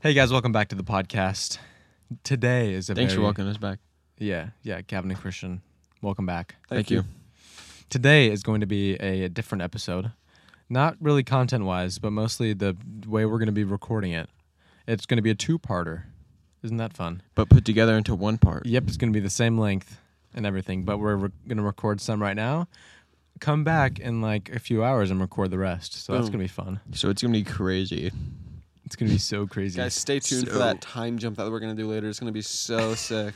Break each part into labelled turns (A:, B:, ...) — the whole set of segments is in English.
A: Hey guys, welcome back to the podcast. Today is a
B: Thanks
A: very,
B: for welcoming us back.
A: Yeah, yeah, Gavin and Christian, welcome back.
B: Thank, you.
A: Today is going to be a different episode, not really content wise, but mostly the way we're going to be recording it. It's going to be a two-parter. Isn't that fun?
B: But put together into one part.
A: Yep, it's going to be the same length and everything, but we're re- going to record some right now. Come back in like a few hours and record the rest. So that's
C: Boom.
A: going to be fun.
B: So it's gonna be crazy.
A: It's going to be so crazy.
C: Guys, stay tuned for
B: So-
C: that time jump that we're gonna do later. It's gonna be so sick.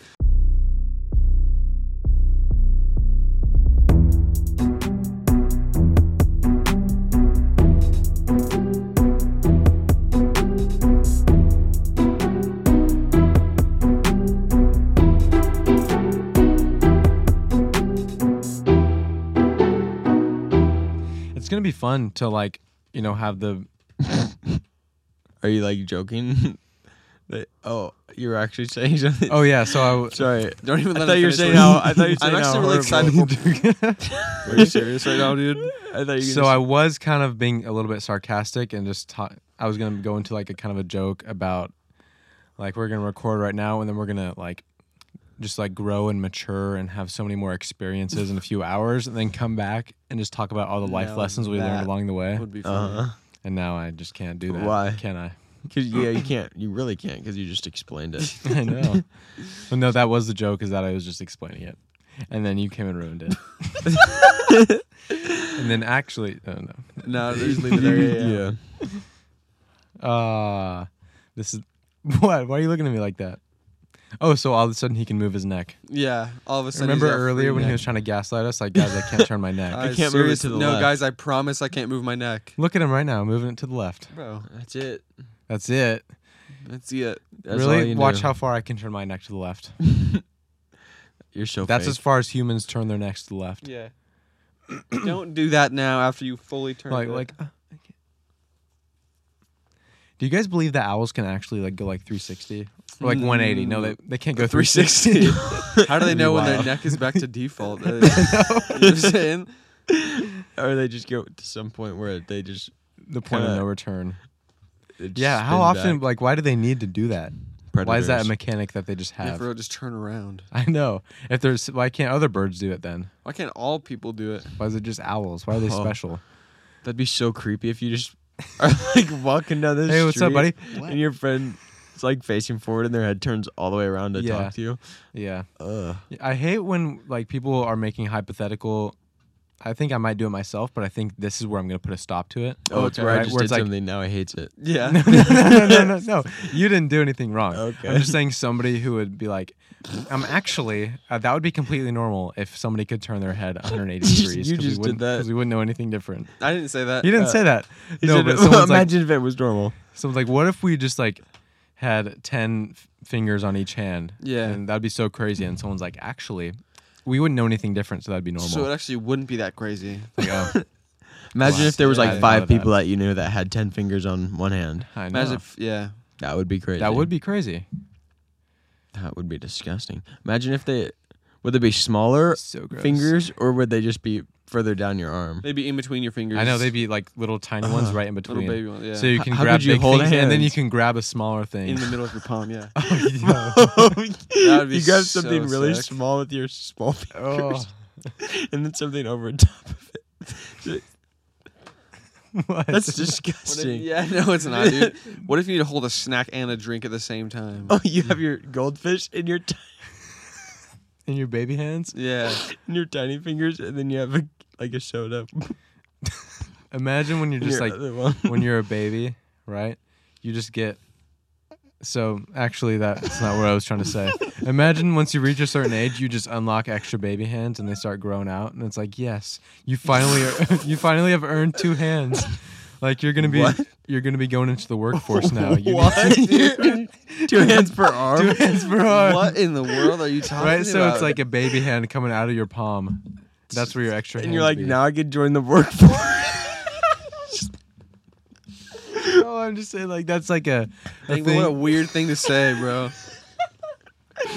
A: It's going to be fun to like, you know, have the
B: Are you like joking? That- oh, you were actually saying something.
A: Oh yeah, so I w-
B: sorry.
C: Don't even
B: I
C: let
B: thought
C: him
B: you were
C: finish
B: saying
C: what
B: how.
C: he-
B: I thought you were
C: I'm
B: saying how
C: actually really
B: horrible-
C: excited. Are you serious right now, dude?
B: I thought you.
A: so I was kind of being a little bit sarcastic and just ta- I was gonna go into like a kind of a joke about like we're gonna record right now and then we're gonna like just like grow and mature and have so many more experiences in a few hours and then come back and just talk about all the life
C: Now
A: lessons we learned
C: that
A: along the way.
C: Would be funny.
B: Uh huh.
A: And now I just can't do that.
B: Why?
A: Can I?
B: Because yeah, you can't. You really can't because you just explained it.
A: I know. Well, no, that was the joke is that I was just explaining it. And then you came and ruined it. and then actually, oh no.
C: No, just leave it there. Yeah, yeah.
A: Uh this is what? Why are you looking at me like that? Oh, so all of a sudden he can move his neck.
C: Yeah, all of a sudden. he's
A: Remember
C: got free
A: earlier when he
C: neck.
A: was trying to gaslight us? Like, guys, I can't turn my neck.
C: I
B: can't move it
C: serious-
B: to the
C: No,
B: left.
C: guys, I promise I can't move my neck,
A: Look at him right now, moving it to the left.
C: bro.
B: That's it.
A: That's it.
C: That's it.
B: That's all
A: really?
B: you
A: Watch
B: do.
A: how far I can turn my neck to the left.
B: You're so.
A: That's
B: fake.
A: as far as humans turn their necks to the left.
C: Yeah. Don't do that now. After you fully turn.
A: Like,
C: it.
A: like.
B: Oh,
A: uh, I can't. do you guys believe that owls can actually like go like 360 or like 180? No, they, they can't go
C: 360. How do they know when
B: Wow.
C: their neck is back to default? you know what I'm saying?
B: or they just go to some point where they just.
A: the point of
B: Kinda-
A: no return.
B: they just
A: Yeah, how
B: spin
A: often?
B: back.
A: Like, why do they need to do that? Why is that a
B: Predators.
A: mechanic that they just
C: Yeah,
A: have?
C: for real, just turn around.
A: I know. If there's why can't other birds do it then?
C: Why can't all people do it?
A: Why is it just owls? Why are they
B: Oh.
A: special?
B: That'd be so creepy if you just are like walking down the
A: Hey, what's up,
B: street
A: buddy?
B: and your friend is like facing forward and their head turns all the way around to
A: Yeah.
B: talk to you. Oh,
A: Yeah.
B: Ugh.
A: I hate when like people are making hypothetical I think I might do it myself, but I think this is where I'm gonna put a stop to it.
B: Oh, it's where I
A: Right,
B: just
A: where
B: did
A: it's like-
B: something. Now I hates it.
C: Yeah.
A: no, no, no, no, no. You didn't do anything wrong.
B: Okay.
A: I'm just saying somebody who would be like, I'm actually, uh, that would be completely normal if somebody could turn their head 180
B: You
A: degrees. 'cause we
B: just did
A: wouldn't-
B: that.
A: 'cause we wouldn't know anything different.
C: I didn't say that.
A: You didn't
B: Uh,
A: say that.
B: He
A: No,
B: said, "Oh,
A: but someone's like,
B: imagine if it was normal.
A: someone's like, what if we just like had 10 f- fingers on each hand?
C: Yeah.
A: And that'd be so crazy. And someone's like, actually, we wouldn't know anything different, so that'd be normal.
C: So it actually wouldn't be that crazy.
A: Like, oh,
B: Imagine
C: Wow.
B: if there was
C: Yeah, I
B: like
C: didn't
A: know
B: five
A: that.
B: people that. you knew that had ten fingers on one hand.
A: I know.
C: Imagine if, yeah.
B: That would be crazy.
A: that would be crazy.
B: That would be disgusting. Imagine if they would they be smaller
A: So gross.
B: fingers or would they just be further down your arm?
C: They'd be in between your fingers.
A: I know they'd be like little tiny ones
B: Ugh.
A: right in
C: little
A: between.
C: baby ones. Yeah.
A: So you can
B: How
A: grab
B: could you
A: big
B: hold
A: things, and then you
B: hands?
A: can grab a smaller thing.
C: in the middle of your palm, yeah.
B: that
C: would be
B: you grab
C: so
B: something really
C: sick.
B: small with your small
A: Oh.
B: fingers, and then something over top of it.
A: What?
B: That's
C: What if-
B: disgusting.
C: yeah, no, it's not, dude. What if you need to hold a snack and a drink at the same time?
B: Oh, you have your goldfish in your t-
A: in your baby hands.
C: Yeah.
B: in your tiny fingers, and then you have a, like a soda.
A: Imagine when you're
B: in
A: just
B: your
A: like
B: other one.
A: when you're a baby, right? You just get. So actually, that's not what I was trying to say. Imagine once you reach a certain age, you just unlock extra baby hands, and they start growing out, and it's like, yes, you finally, you finally have earned two hands. Like you're gonna be,
B: What?
A: you're gonna be going into the workforce now. You
C: dude?
B: two hands per arm.
A: two hands per arm.
C: what in the world are you talking
A: Right, so it's
C: about?
A: like a baby hand coming out of your palm. That's where your extra.
B: and you're
A: hands
B: like,
A: be.
B: now I can join the workforce.
A: No, I'm just saying, like that's like a, a
C: Like, what a
A: thing.
C: weird thing to say, bro.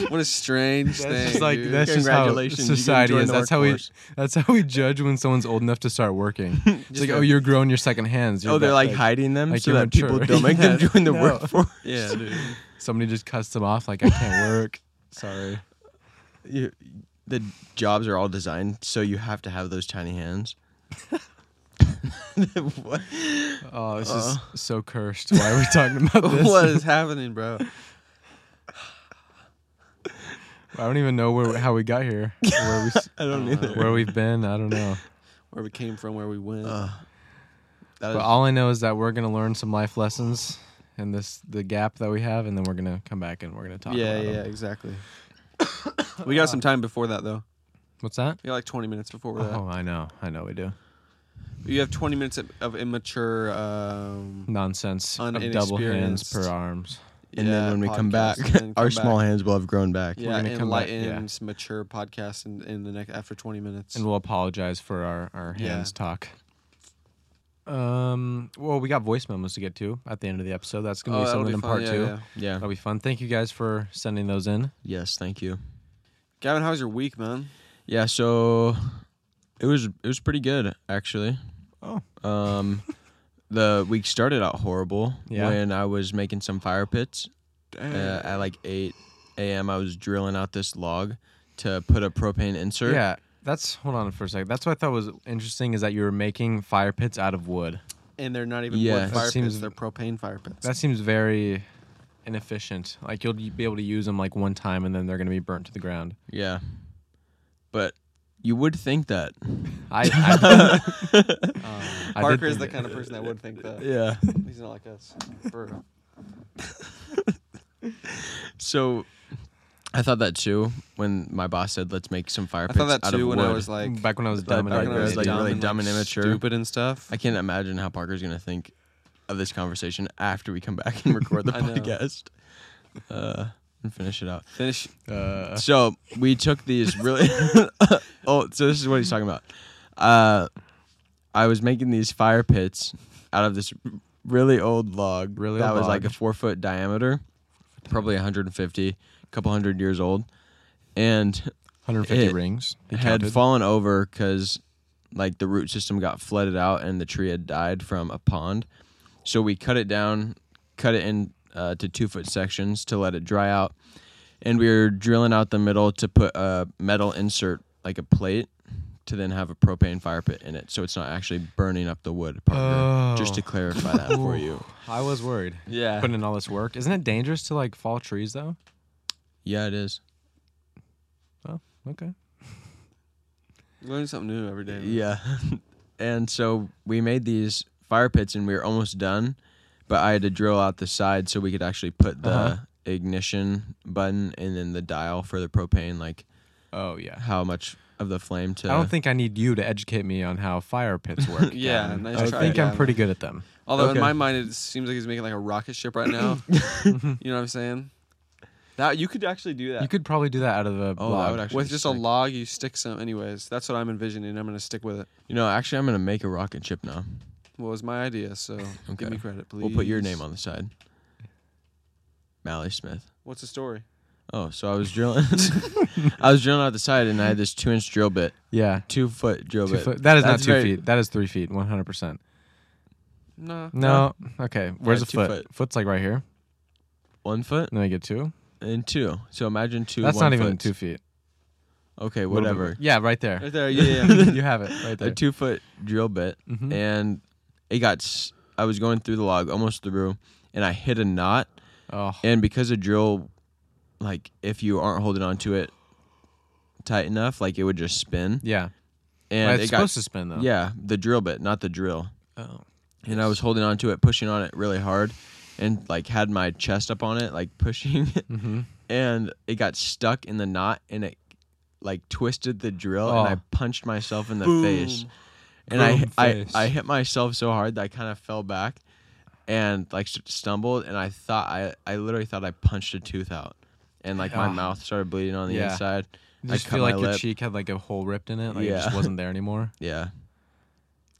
C: What a strange
A: That's
C: thing.
A: just like
C: dude.
A: that's just how
B: Congratulations, you can
A: society
B: join
A: is.
B: the
A: That's how we
B: workforce.
A: that's how we judge when someone's old enough to start working. It's
C: Just
A: like,
C: a-
A: oh, you're growing your second hands. You're
B: oh, they're
A: that-
B: like hiding them
A: like
B: so
A: you're
B: that people
A: mature.
B: don't make them
A: Yeah.
B: join the
A: No.
B: workforce.
C: Yeah, dude.
A: somebody just cuts them off. Like I can't work. Sorry.
B: You, the jobs are all designed so you have to have those tiny hands. what?
A: Oh, this
B: Uh.
A: is so cursed. Why are we talking about this?
C: what is happening, bro?
A: I don't even know where how we got here. Where we s-
B: I don't
C: Uh,
B: either.
A: where we've been, I don't know.
C: Where we came from, where we went.
B: Uh, that
A: But
B: is-
A: all I know is that we're gonna learn some life lessons and this the gap that we have, and then we're gonna come back and we're gonna talk.
C: yeah,
A: about
C: yeah,
A: 'em.
C: exactly. we got some time before that, though.
A: What's that?
C: We got like 20 minutes before that.
A: Oh, I know, I know, we do
C: You have 20 minutes of, of immature. Um,
A: nonsense.
C: Un-
A: Of double hands per
C: inexperienced.
A: arms.
B: and then
C: yeah,
B: when we come
C: podcasts,
B: back,
C: and then
B: our
C: come
B: small
C: back.
B: hands will have grown back.
C: Yeah,
A: gonna come back, yeah.
C: enlightened, mature podcast in, in the next after 20 minutes.
A: And we'll apologize for our our
C: Yeah.
A: hands talk. Um. Well, we got voice memos to get to at the end of the episode. That's gonna
C: Oh,
A: be
C: that'll
A: something in
C: fun,
A: part
C: yeah,
A: two.
C: yeah.
B: Yeah.
A: That'll be fun. Thank you guys for sending those in.
B: Yes, thank you.
C: Gavin, how was your week, man?
B: Yeah, so it was it was pretty good actually.
A: Oh.
B: Um the week started out horrible
A: Yeah.
B: when I was making some fire pits.
C: Mm.
B: Uh, at like 8 a.m. I was drilling out this log to put a propane insert.
A: Yeah, that's hold on for a second. That's what I thought was interesting is that you were making fire pits out of wood.
C: and they're not even
B: Yeah.
C: wood
B: That
C: fire pits;
A: seems-
C: they're propane fire pits.
A: That seems very inefficient. Like you'll be able to use them like one time and then they're gonna be burnt to the ground.
B: Yeah. But you would think that.
A: I, I,
C: Um,
A: I
C: Parker
A: did
C: is the
A: think-
C: kind of person that would think that.
B: Yeah.
C: He's not like us. For-
B: So I thought that too when my boss said let's make some fire
C: I
B: pits
C: thought that
B: out of
C: too when
B: wood.
C: I was like
A: back when I was
B: Like,
A: dumb and um,
B: back
A: like,
B: when I was,
A: really
B: like,
A: dumb.
B: really
C: and,
B: dumb and immature.
C: stupid and stuff.
B: I can't imagine how Parker's gonna think of this conversation after we come back and record the
C: I know.
B: podcast uh, and finish it out.
C: Finish.
A: Uh,
B: So we took these really. oh, so this is what he's talking about. Uh, I was making these fire pits out of this really old log
A: Really
B: that
A: old
B: was like a
A: log.
B: four foot diameter, probably 150, a couple hundred years old, and
A: 150
B: it
A: rings. He
B: had
A: counted.
B: fallen over because like the root system got flooded out and the tree had died from a pond. So we cut it down, cut it in uh, to two foot sections to let it dry out, and we were drilling out the middle to put a metal insert like a plate to then have a propane fire pit in it, so it's not actually burning up the wood. Parker, Just
A: Oh.
B: to clarify that for you.
A: I was worried.
B: Yeah.
A: Putting in all this work. Isn't it dangerous to like fall trees though?
B: Yeah, it is.
A: Okay.
C: Learn something new every day. man.
B: Yeah. and so we made these fire pits and we were almost done, but I had to drill out the side so we could actually put the
A: Uh-huh.
B: ignition button and then the dial for the propane, like
A: Oh yeah.
B: how much of the flame to.
A: I don't think I need you to educate me on how fire pits work.
C: Yeah,
A: Gavin.
C: nice
A: I
C: try,
A: think I'm
C: Gavin.
A: pretty good at them.
C: Although
B: Okay.
C: in my mind, it seems like he's making like a rocket ship right now. you know what I'm saying? That you could actually do that.
A: You could probably do that out of a
B: Oh,
A: log.
B: that would actually.
C: with
B: be
C: just a
B: sick.
C: log, you stick some. Anyways, that's what I'm envisioning. I'm gonna stick with it.
B: You know, actually, I'm gonna make a rocket ship now.
C: Well, it was my idea, so
B: Okay.
C: give me credit, please.
B: We'll put your name on the side. Mally Smith.
C: What's the story?
B: Oh, so I was drilling. I was drilling out the side, and I had this two-inch drill bit,
A: yeah.
B: two-foot drill
A: Two
B: bit.
A: foot. That is not
B: That's
A: two
B: very-
A: feet. That is three feet. One hundred percent.
C: No.
A: No. Okay. Where's
B: Yeah,
A: a
B: two
A: foot?
B: foot.
A: Foot's like right here.
B: One foot
A: And then I get two.
B: and two. So imagine two.
A: That's
B: one
A: not even
B: foots.
A: two feet.
B: Okay,
A: A little bit-
B: whatever.
A: Yeah, right there.
C: Right there. Yeah. yeah.
A: you have it right
B: A
A: there.
B: two foot drill bit,
A: Mhm.
B: and it got. s- I was going through the log, almost through, and I hit a knot.
A: Oh,
B: And because a drill, like if you aren't holding onto it tight enough, like it would just spin.
A: yeah.
B: And
A: Well, it's
B: it got.
A: supposed to spin though.
B: Yeah, the drill bit, not the drill.
A: Oh.
B: And I was holding onto it, pushing on it really hard, and like had my chest up on it, like pushing.
A: Mm-hmm.
B: and it got stuck in the knot and it like twisted the drill and
A: Oh.
B: I punched myself in the
C: Boom.
B: face. And
A: Boom
B: I,
A: face.
B: I I hit myself so hard that I kind of fell back and like st- stumbled and I thought I I literally thought I punched a tooth out and like my
A: Ah.
B: mouth started bleeding on the
A: Yeah.
B: inside.
A: You
B: I
A: just
B: cut
A: feel
B: my
A: like your
B: lip.
A: cheek had like a hole ripped in it. Like it
B: Yeah.
A: just wasn't there anymore.
B: Yeah.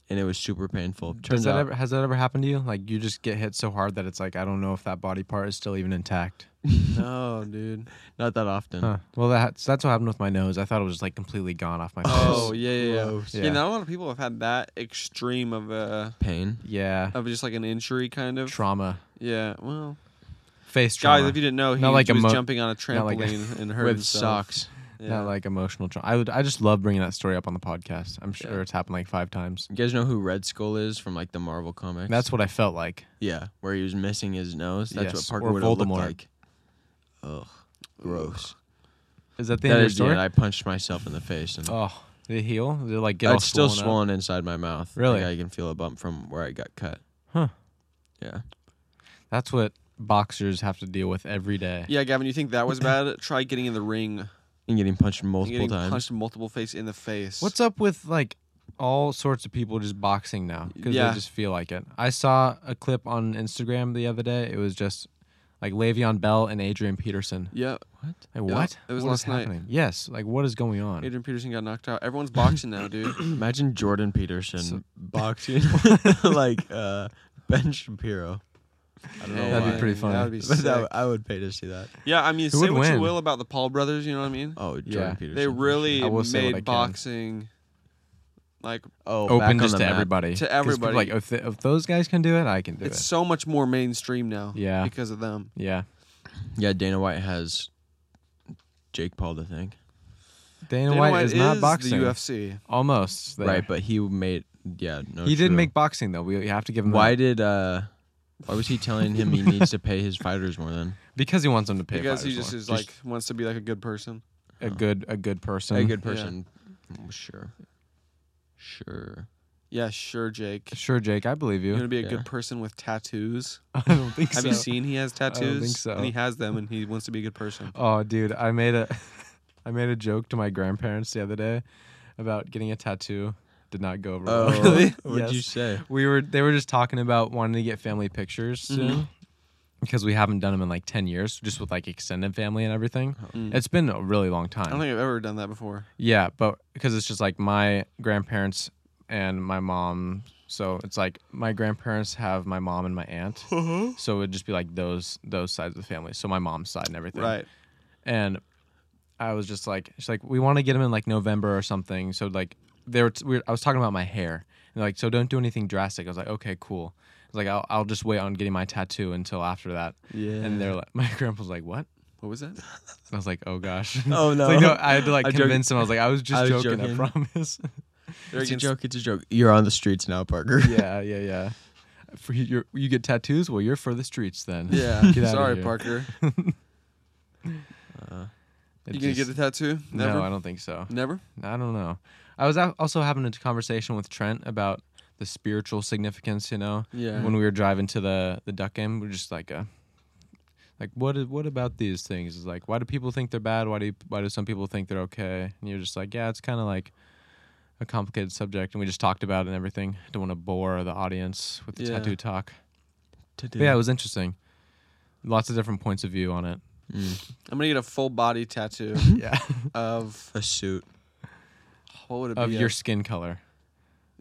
B: and it was super painful.
A: Does
B: Turns
A: that
B: out,
A: ever, has that ever happened to you? Like you just get hit so hard that it's like I don't know if that body part is still even intact.
C: No, dude.
B: not that often.
A: Huh. Well, that's that's what happened with my nose. I thought it was just like completely gone off my face.
C: Oh yeah, yeah, yeah.
B: Gross.
C: Yeah,
A: Yeah.
C: not a lot of people have had that extreme of a
B: Pain.
A: yeah,
C: of just like an injury kind
B: Uh,
C: of.
A: trauma,
C: yeah, well,
A: face trauma.
C: guys, if you didn't know, he
A: Not like
C: was
A: emo-
C: jumping on a
A: not like a-
C: trampoline and hurt
B: With
C: himself.
B: socks.
C: Yeah.
A: Not like emotional trauma. I would. I just love bringing that story up on the podcast. I'm sure it's happened like five times.
B: You guys know who Red Skull is from like the Marvel comics?
A: That's what I felt like.
B: yeah, where he was missing his nose.
A: Yes,
B: That's what Parker
A: or
B: would have looked
A: Voldemort.
B: like. Ugh, gross.
A: Is that the
B: That
A: end
B: is
A: of
B: the
A: your story?
B: end. I punched myself in the face, and
A: oh, did it heal? Did it like get all
B: it's still
A: swollen up?
B: swollen inside my mouth.
A: Really?
B: Like, I can feel a bump from where I got cut.
A: Huh.
B: Yeah.
A: That's what boxers have to deal with every day.
C: yeah, Gavin, you think that was bad? Try getting in the ring,
B: And getting punched
C: and
B: multiple
C: getting
B: times.
C: punched multiple face in the face.
A: What's up with like all sorts of people just boxing now because
C: Yeah.
A: they just feel like it. I saw a clip on Instagram the other day. It was just like Le'Veon Bell and Adrian Peterson.
C: Yeah,
B: What?
A: Like,
C: Yeah,
A: what?
C: it was
A: What is
C: last night.
A: happening? Yes. Like what is going on?
C: Adrian Peterson got knocked out. Everyone's boxing now, dude.
B: Imagine Jordan Peterson
A: So-
B: boxing like uh, Ben Shapiro. I don't know
A: That'd be
B: why.
A: pretty funny.
C: That would be
B: But
C: sick.
B: that, I would pay to see that.
C: yeah, I mean,
A: Who
C: say
A: would
C: what you
A: win?
C: will about the Paul brothers, you know what I mean?
B: Oh, Jordan
A: Yeah.
B: Peterson.
C: they
B: for sure.
C: really
A: I will say what I
C: made
A: can.
C: boxing like
B: oh back on
A: Open just
B: the
A: to
B: map.
A: everybody.
C: To
A: 'Cause people
C: everybody.
A: Like if, th- if those guys can do it, I can do
C: it's
A: it.
C: so much more mainstream now.
A: Yeah.
C: because of them.
A: Yeah.
B: Yeah, Dana White has Jake Paul to think.
A: Dana,
C: Dana
A: White, is, not
C: the
A: boxing.
C: UFC.
A: Almost. there.
B: Right, but he made yeah no.
A: he did
B: true.
A: make boxing though. We we have to give him
B: Why
A: that.
B: did uh? Why was he telling him he needs to pay his fighters more than
A: because he wants them to pay
C: because he
A: fighters
C: just
A: more.
C: is like wants to be like a good person.
A: a good a good person.
B: a good person? Mm, Sure, sure.
C: Yeah, sure, Jake.
A: Sure, Jake, I believe
C: You're gonna
A: you.
C: be a
B: Yeah.
C: good person with tattoos.
A: I don't think
C: Have
A: so.
C: you seen he has tattoos?
A: think so.
C: And he has them, and he wants to be a good person.
A: Oh, dude, I made a I made a joke to my grandparents the other day about getting a tattoo. Did not go over.
C: Oh,
A: well.
B: What'd
A: Yes.
B: you say?
A: We were they were just talking about wanting to get family pictures
C: Mm-hmm.
A: soon because we haven't done them in like 10 years just with like extended family and everything.
C: Mm.
A: It's been a really long
C: I don't
A: time.
C: think I've ever done that before.
A: yeah, but because it's just like my grandparents and my mom so it's like my grandparents have my mom and my aunt. So it would just be like those those sides of the family. So my mom's side and everything.
C: Right.
A: and I was just like, she's like, we want to get them in like November or something. So like, they were, we were I was talking about my hair, and they're like, so don't do anything drastic. I was like, okay, cool. I was like, I'll, I'll just wait on getting my tattoo until after that.
B: Yeah.
A: And they're like, my grandpa's like, what?
C: What was that?
A: And I was like, oh gosh.
B: Oh,
A: It's
B: no.
A: like, no I had to like
B: I joked-
A: convince him. I was like, I was just
B: I was
A: joking,
B: joking.
A: I promise.
C: They're
B: it's a
C: against-
B: joke. It's a joke. You're on the streets now, Parker.
A: yeah, yeah, yeah. For your, you get tattoos? Well, you're for the streets then.
C: Yeah.
A: Get outta
C: Sorry,
A: here.
C: Parker.
A: It
C: you gonna
A: just-
C: get the tattoo? Never.
A: No, I don't think so.
C: Never.
A: I don't know. I was al- also having a conversation with Trent about the spiritual significance. You know,
C: Yeah.
A: when we were driving to the the duck game, we are just like, uh, like what i- what about these things? Is like, why do people think they're bad? Why do you, why do some people think they're okay? And you're just like, yeah, it's kind of like a complicated subject, and we just talked about it and everything. Don't want to bore the audience with the
C: Yeah.
A: tattoo talk.
B: To-do.
A: But yeah, it was interesting. Lots of different points of view on it.
B: Mm.
C: I'm gonna get a full body tattoo
A: Yeah,
C: of
B: A suit.
C: what would it
A: of
C: be?
A: your skin color.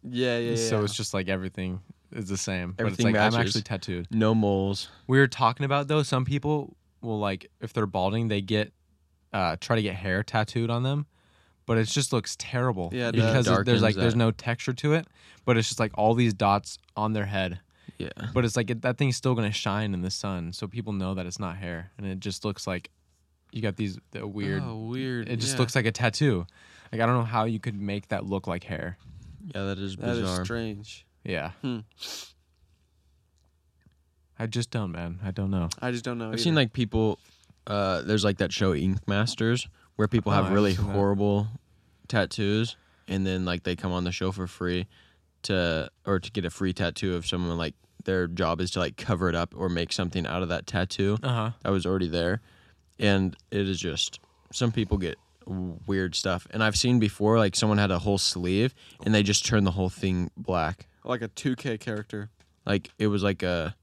C: yeah, yeah, yeah.
A: So it's just like everything is the same. but it's
B: Everything
A: like I'm
B: matches.
A: actually tattooed.
B: No moles.
A: We were talking about though, some people will like if they're balding, they get uh try to get hair tattooed on them, but it just looks terrible.
C: Yeah, it does.
A: because it-
B: Darkens
A: there's like there's
B: that.
A: no texture to it, but it's just like all these dots on their head.
B: Yeah.
A: But it's like it, that thing's still gonna shine in the sun, so people know that it's not hair, and it just looks like you got these the weird.
C: Oh, weird.
A: it just
C: yeah.
A: looks like a tattoo. Like I don't know how you could make that look like hair.
B: Yeah, that is
C: That is
B: bizarre.
C: strange.
A: Yeah.
C: Hmm.
A: I just don't, man. I don't know.
C: I just don't know.
B: I've seen like people. Uh, there's like that show Ink Masters where people
A: Oh, I
B: have
A: haven't
B: really
A: seen that.
B: horrible tattoos, and then like they come on the show for free to or to get a free tattoo of someone like their job is to like cover it up or make something out of that tattoo
A: Uh huh.
B: that was already there, and it is just some people get weird stuff and i've seen before like someone had a whole sleeve and they just turned the whole thing black
C: like a 2K character.
B: like it was like a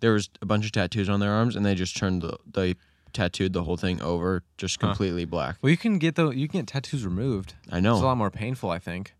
B: there was a bunch of tattoos on their arms and they just turned the they tattooed the whole thing over just completely black
A: Well, you can get the you can get tattoos removed.
B: i
A: It's a
B: know
A: lot more painful, I think.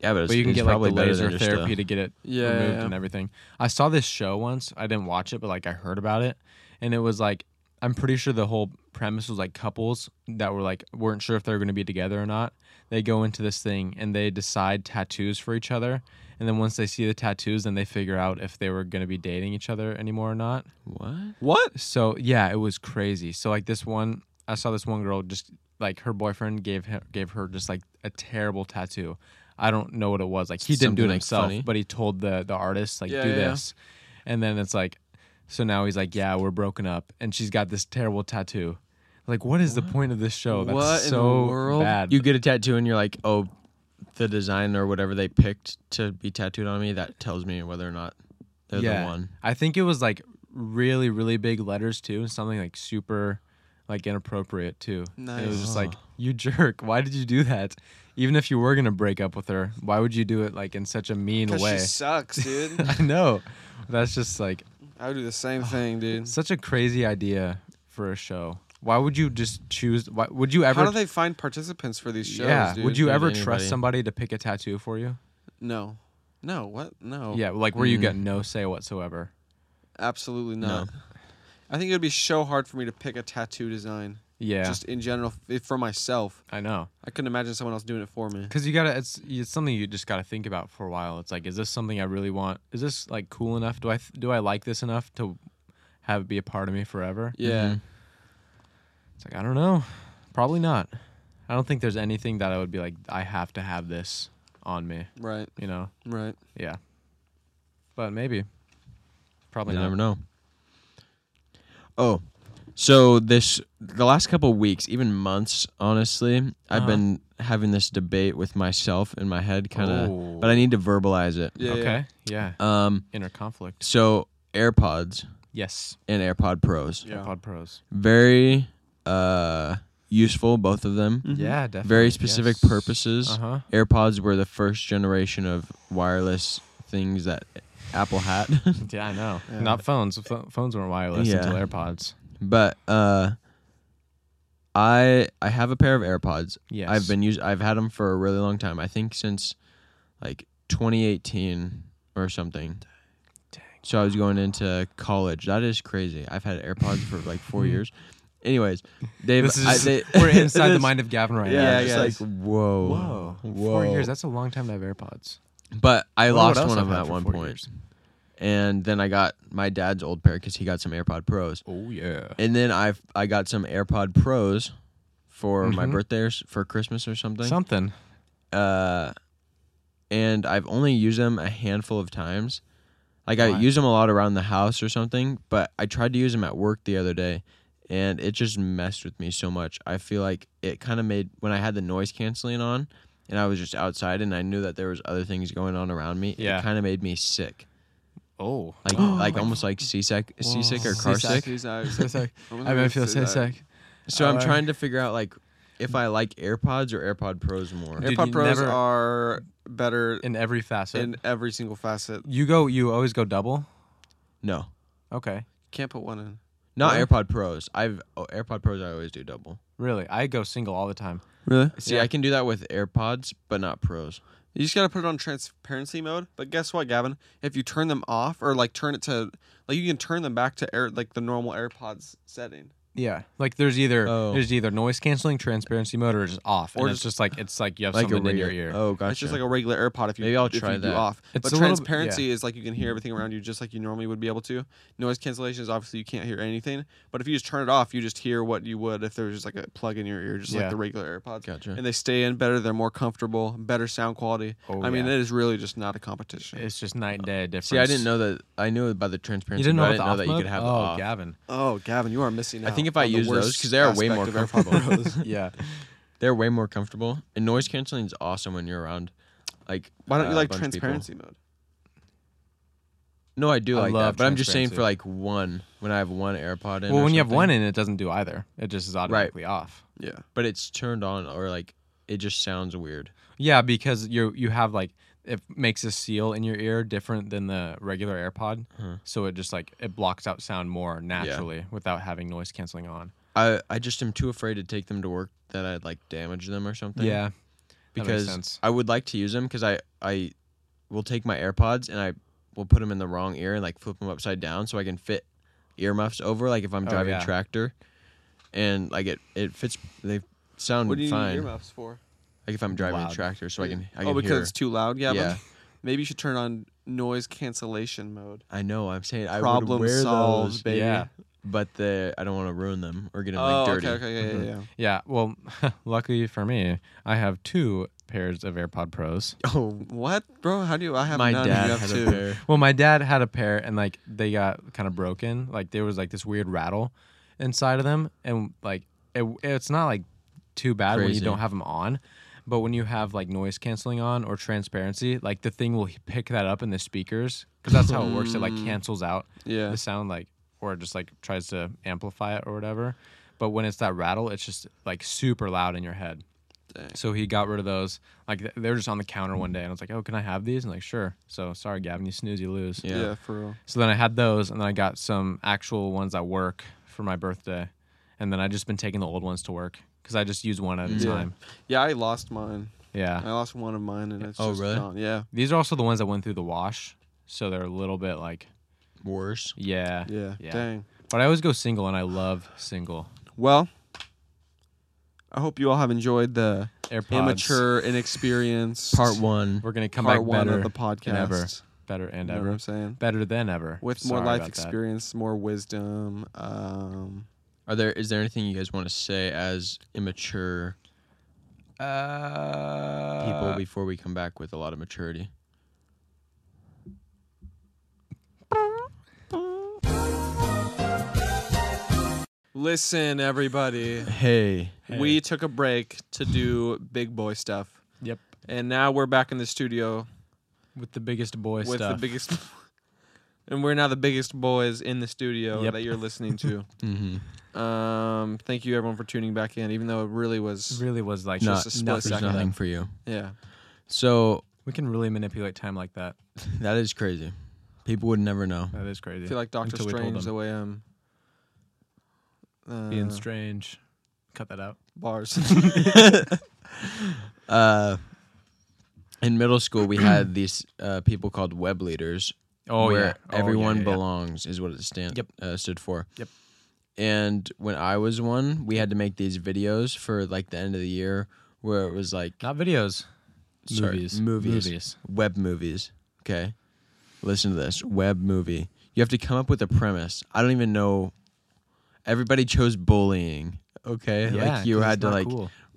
B: Yeah, but, Oh. it's,
A: But you can
B: it's
A: get like
B: probably
A: the
B: better than
A: laser
B: just
A: therapy
B: A,
A: to get it
C: Yeah, yeah,
A: removed
C: yeah.
A: and everything. I saw this show once. I didn't watch it, but like I heard about it, and it was like I'm pretty sure the whole premise was like couples that were like weren't sure if they were going to be together or not. They go into this thing and they decide tattoos for each other, and then once they see the tattoos, then they figure out if they were going to be dating each other anymore or not.
B: what?
C: What?
A: So yeah, it was crazy. So like this one, I saw this one girl just like her boyfriend gave her, gave her just like a terrible tattoo. I don't know what it was. Like he didn't do
B: Something,
A: it
B: like,
A: himself,
B: funny?
A: but he told the the artist like
C: Yeah,
A: do
C: yeah, yeah.
A: this, and then it's like, so now he's like, yeah, we're broken up, and she's got this terrible tattoo. Like what is the point of this show? That's
C: What in the
A: so
C: world?
A: bad.
B: You get a tattoo and you're like, oh, the design or whatever they picked to be tattooed on me that tells me whether or not they're the one.
A: I think it was like really, really big letters too, and something like super, like inappropriate too. And It was just like, you jerk! Why did you do that? Even if you were gonna break up with her, why would you do it like in such a mean
C: Because she
A: way?
C: sucks, dude.
A: I know. That's just like
C: I would do the same thing, dude.
A: such a crazy idea for a show. Why would you just choose? Why would you ever?
C: How do they find participants for these shows?
A: yeah.
C: dude?
A: Would you
B: Not
A: ever
B: anybody.
A: trust somebody to pick a tattoo for you?
C: No, no. What? No.
A: Yeah, like where you
B: Mm.
A: get no say whatsoever.
C: Absolutely not. I think it would be so hard for me to pick a tattoo design,
A: Yeah,
C: just in general, f- for myself.
A: I know.
C: I couldn't imagine someone else doing it for me.
A: Because you gotta, it's it's something you just gotta think about for a while. It's like, is this something I really want? Is this like cool enough? Do I th- do I like this enough to have it be a part of me forever?
C: Yeah.
B: Mhm.
A: Mm-hmm. It's like I don't know, probably not. I don't think there's anything that I would be like, I have to have this on me.
C: Right.
A: You know?
C: Right.
A: Yeah. But maybe, probably
B: you
A: not.
B: never know. Oh, so this the last couple weeks, even months, honestly, I've
A: Uh-huh.
B: been having this debate with myself in my head, kind of,
A: Oh.
B: but I need to verbalize it.
C: Yeah. yeah.
A: Okay. Yeah.
B: Um,
A: Inner conflict.
B: so AirPods
A: Yes.
B: and AirPod Pros,
C: Yeah.
A: iPod Pros.
B: very uh useful, both of them.
A: Mm-hmm. Yeah, definitely.
B: Mm-hmm. Very specific
A: yes.
B: purposes.
A: Uh huh.
B: AirPods were the first generation of wireless things that Apple had.
A: Yeah, I know. Not phones. Pho- phones weren't wireless
B: Yeah.
A: until AirPods.
B: but uh i i have a pair of airpods
A: Yes.
B: i've been using i've had them for a really long time i think since like 2018 or something
A: Dang.
B: so i was going into college that is crazy i've had airpods for like four years anyways they've
A: Mm-hmm. This is
B: I, they,
A: we're inside the
B: this-
A: mind of Gavin right
B: yeah,
A: now.
B: yeah,
A: Just
B: just like whoa
A: like, whoa, four years. That's a long time to have AirPods.
B: but i
A: Wonder what
B: lost
A: else
B: one of
A: I've
B: them
A: had
B: at
A: for
B: one
A: four
B: point
A: years.
B: and then i got my dad's old pair because he got some airpod pros
A: Oh yeah.
B: And then I I got some AirPod Pros for my
A: Mhm.
B: birthday or s- for Christmas or something.
A: Something.
B: uh, and I've only used them a handful of times. Like I
A: Why?
B: use them a lot around the house or something, but I tried to use them at work the other day, and it just messed with me so much. I feel like it kind of made when I had the noise canceling on, and I was just outside, and I knew that there was other things going on around me.
A: Yeah.
B: It kind of made me sick,
A: Oh,
B: like like almost like seasick, seasick or car
A: Seasick.
B: sick.
C: Seasick. Almost
A: I
C: made me
A: might feel
C: say that.
A: sick. sick.
B: So
A: Uh,
B: I'm trying to figure out like if I like AirPods or AirPod Pros more.
A: Dude,
C: AirPod
A: you
C: Pros
A: never-
C: are better
A: in every facet.
C: in every single facet.
A: you go. You always go double.
B: no,
A: Okay.
C: Can't put one in.
B: not
A: Really?
B: AirPod Pros. I've oh, AirPod Pros. I always do double.
A: Really, I go single all the time.
C: Really?
B: See, I can do that with AirPods, but not Pros.
C: You just gotta put it on transparency mode. But guess what, Gavin? If you turn them off or like turn it to like you can turn them back to air like the normal AirPods setting.
A: Yeah, like there's either
B: Oh.
A: there's either noise canceling, transparency mode, or just off,
C: Or
A: or it's just like it's like you have
B: Like
A: something
B: a
A: in your
B: regu-
A: ear.
B: Oh, gotcha.
C: It's just like a regular AirPod if you
B: Maybe I'll
C: if
B: try
C: you do
B: that.
C: off.
A: It's
C: but
A: a little bit-
C: transparency is like you can hear everything around you just like you normally would be able to. Noise cancellation is obviously you can't hear anything. But if you just turn it off, you just hear what you would if there was just like a plug in your ear, just like
A: Yeah.
C: the regular AirPods.
B: Gotcha.
C: And they stay in better. They're more comfortable, better sound quality.
A: Oh,
C: I mean,
A: yeah.
C: it is really just not a competition.
A: It's just night and day difference.
B: See, I didn't know that. I knew about the transparency.
A: You didn't know
B: but
A: about
B: I
A: the
B: didn't know
A: off
B: that
A: mode?
B: you could have
A: oh,
B: it off.
A: Gavin.
C: oh, Gavin, you are missing
B: I
C: out.
B: think if I
C: on the
B: use those,
C: worst
B: 'cause they are way
C: aspect
B: more
C: of AirPod
B: comfortable.
C: Pros.
A: Yeah.
B: They're way more comfortable, and noise canceling is awesome when you're around. Like,
C: Why don't
B: uh,
C: you
B: a
C: like
B: bunch of people.
C: transparency mode?
B: No, I do
A: I
B: like
A: love
B: that, but I'm just saying
A: transparency.
B: for like one when I have one AirPod in.
A: Well,
B: or
A: when you have
B: something.
A: one in, it doesn't do either. It just is automatically off.
C: Yeah.
B: but it's turned on or like it just sounds weird.
A: Yeah, because you you have like it makes a seal in your ear different than the regular AirPod,
B: Huh.
A: so it just like it blocks out sound more naturally without having noise canceling on.
B: I I just am too afraid to take them to work that I'd like damage them or something.
A: Yeah, makes
B: because
A: sense.
B: I would like to use them because I I will take my AirPods and I will put them in the wrong ear and like flip them upside down so I can fit earmuffs over like if I'm
A: Oh,
B: driving
A: yeah.
B: a tractor, and like it it fits they sound
C: What do you need
B: fine like
C: earmuffs for?
B: if I'm driving
D: Loud.
B: a tractor so I can I can
C: oh, because
B: hear.
C: it's too loud. Yeah,
B: Yeah.
C: But maybe you should turn on noise cancellation mode.
B: I know I'm saying I would
C: Problem
B: wear
C: solved,
B: those,
C: baby.
A: Yeah.
B: but the I don't want to ruin them or get them
C: Oh,
B: like dirty. Mm-hmm.
C: okay, okay, yeah, yeah, yeah.
A: Yeah. Well, luckily for me, I have two pairs of AirPod Pros.
B: Oh,
C: What, bro? How do you? I have
B: my
C: none.
B: dad
C: you have
B: had
C: two.
B: a pair.
A: Well, my dad had a pair, and like they got kind of broken. Like there was like this weird rattle inside of them, and like it, it's not like too bad when you
B: Crazy.
A: don't have them on, but when you have like noise canceling on or transparency, like the thing will pick that up in the speakers because that's how it works. It like cancels out
C: Yeah.
A: the sound, like or just like tries to amplify it or whatever. But when it's that rattle, it's just like super loud in your head.
C: Dang.
A: So he got rid of those. Like th- they were just on the counter one day, and I was like, "Oh, can I have these?" And like, sure. So sorry, Gavin, you snooze, you lose.
C: yeah,
B: Yeah.
C: for real.
A: So then I had those, and then I got some actual ones at work for my birthday, and then I just been taking the old ones to work because I just use one at a
C: Yeah.
A: time.
C: Yeah, I lost mine.
A: Yeah,
C: I lost one of mine, and it's
B: Oh,
C: just
B: really?
C: gone. Yeah,
A: these are also the ones that went through the wash, so they're a little bit like
B: Worse.
A: yeah.
C: yeah,
A: Yeah.
C: Dang.
A: But I always go single, and I love single
C: Well, I hope you all have enjoyed the
A: AirPods.
C: immature, inexperienced
B: Part one.
A: We're gonna come
C: part
A: back
C: one
A: better,
C: of the podcast.
A: ever. better
C: You
A: and
C: know what
A: ever,
C: I'm saying?
A: better than ever,
C: With more
A: Sorry
C: life
A: about that.
C: experience, more wisdom. Um,
B: Are there is there anything you guys want to say as immature
A: Uh,
B: people before we come back with a lot of maturity?
C: listen, everybody.
B: Hey.
C: We took a break to do big boy stuff,
A: Yep,
C: and now we're back in the studio
A: with the biggest boy
C: with
A: stuff.
C: the biggest. And we're now the biggest boys in the studio
A: Yep.
C: that you're listening to.
B: Mm-hmm.
C: Um, thank you everyone for tuning back in, even though it really was
A: really was like
B: Not,
A: just
C: a split
B: there's
C: second.
B: nothing for you.
C: yeah.
B: So
A: we can really manipulate time like that.
B: that is crazy. People would never know.
A: That is
C: I
A: crazy.
C: feel like Doctor
A: Until we told
C: Strange
A: them.
C: the way I'm uh,
A: Being strange. Cut that out.
C: bars.
B: Uh, in middle school, we had these uh, people called web leaders,
C: Oh,
A: Oh,
B: where everyone belongs is what it stand,
A: Yep.
B: uh, stood for.
A: Yep.
B: And when I was one, we had to make these videos for like the end of the year where it was like
A: Not videos.
B: sorry,
A: movies.
B: movies, web movies. Okay, listen to this web movie. You have to come up with a premise. I don't even know. Everybody chose bullying. Okay, like you had to like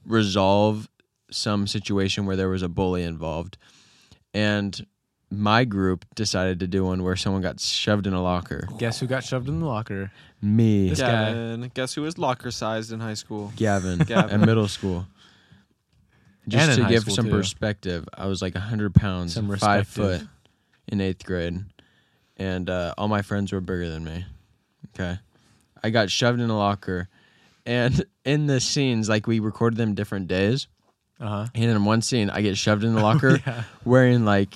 B: resolve some situation where there was a bully involved. And my group decided to do one where someone got shoved in a locker.
A: Guess who got shoved in the locker?
B: Me,
A: This guy.
C: Gavin, guess who was locker sized in high school?
B: Gavin,
C: Gavin.
B: at middle school.
A: And
B: Just
A: in
B: to
A: high
B: give
A: school,
B: some
A: too.
B: perspective, I was like 100 pounds,
A: Some
B: five
A: respective.
B: foot in eighth grade. And uh, all my friends were bigger than me. Okay. I got shoved in a locker. And in the scenes, like we recorded them different days.
A: Uh huh.
B: And in one scene, I get shoved in the locker
A: Oh, yeah.
B: wearing like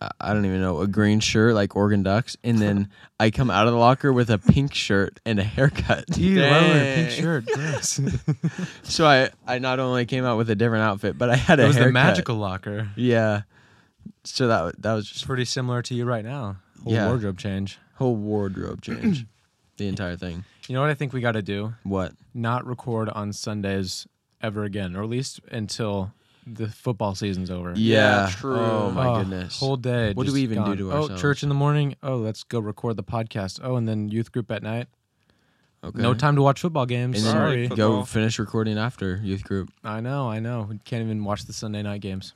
B: I- I don't even know a green shirt like Oregon Ducks, and then I come out of the locker with a pink shirt and a haircut.
A: Dude, why would I wear a pink
C: Dang.
A: shirt? Gross.
B: So I I not only came out with a different outfit, but I had a
A: it was
B: haircut.
A: the magical locker.
B: Yeah. So that wa- that was
A: It's
B: just
A: pretty similar to you right now. Whole
B: Yeah.
A: wardrobe change.
B: whole wardrobe change, the entire thing.
A: You know what I think we got to do?
B: What?
A: Not record on Sundays ever again, or at least until the football season's over.
C: Yeah,
B: Yeah.
C: true.
B: Oh my
A: Oh,
B: goodness.
A: Whole day.
B: What do
A: just
B: we even do
A: gone.
B: to
A: Oh,
B: ourselves?
A: church in the morning. Oh, let's go record the podcast. Oh, and then youth group at night.
B: okay.
A: No time to watch football games.
B: And then
A: Sorry.
C: Sorry.
B: go
C: Football.
B: finish recording after youth group.
A: I know, I know. We can't even watch the Sunday night games.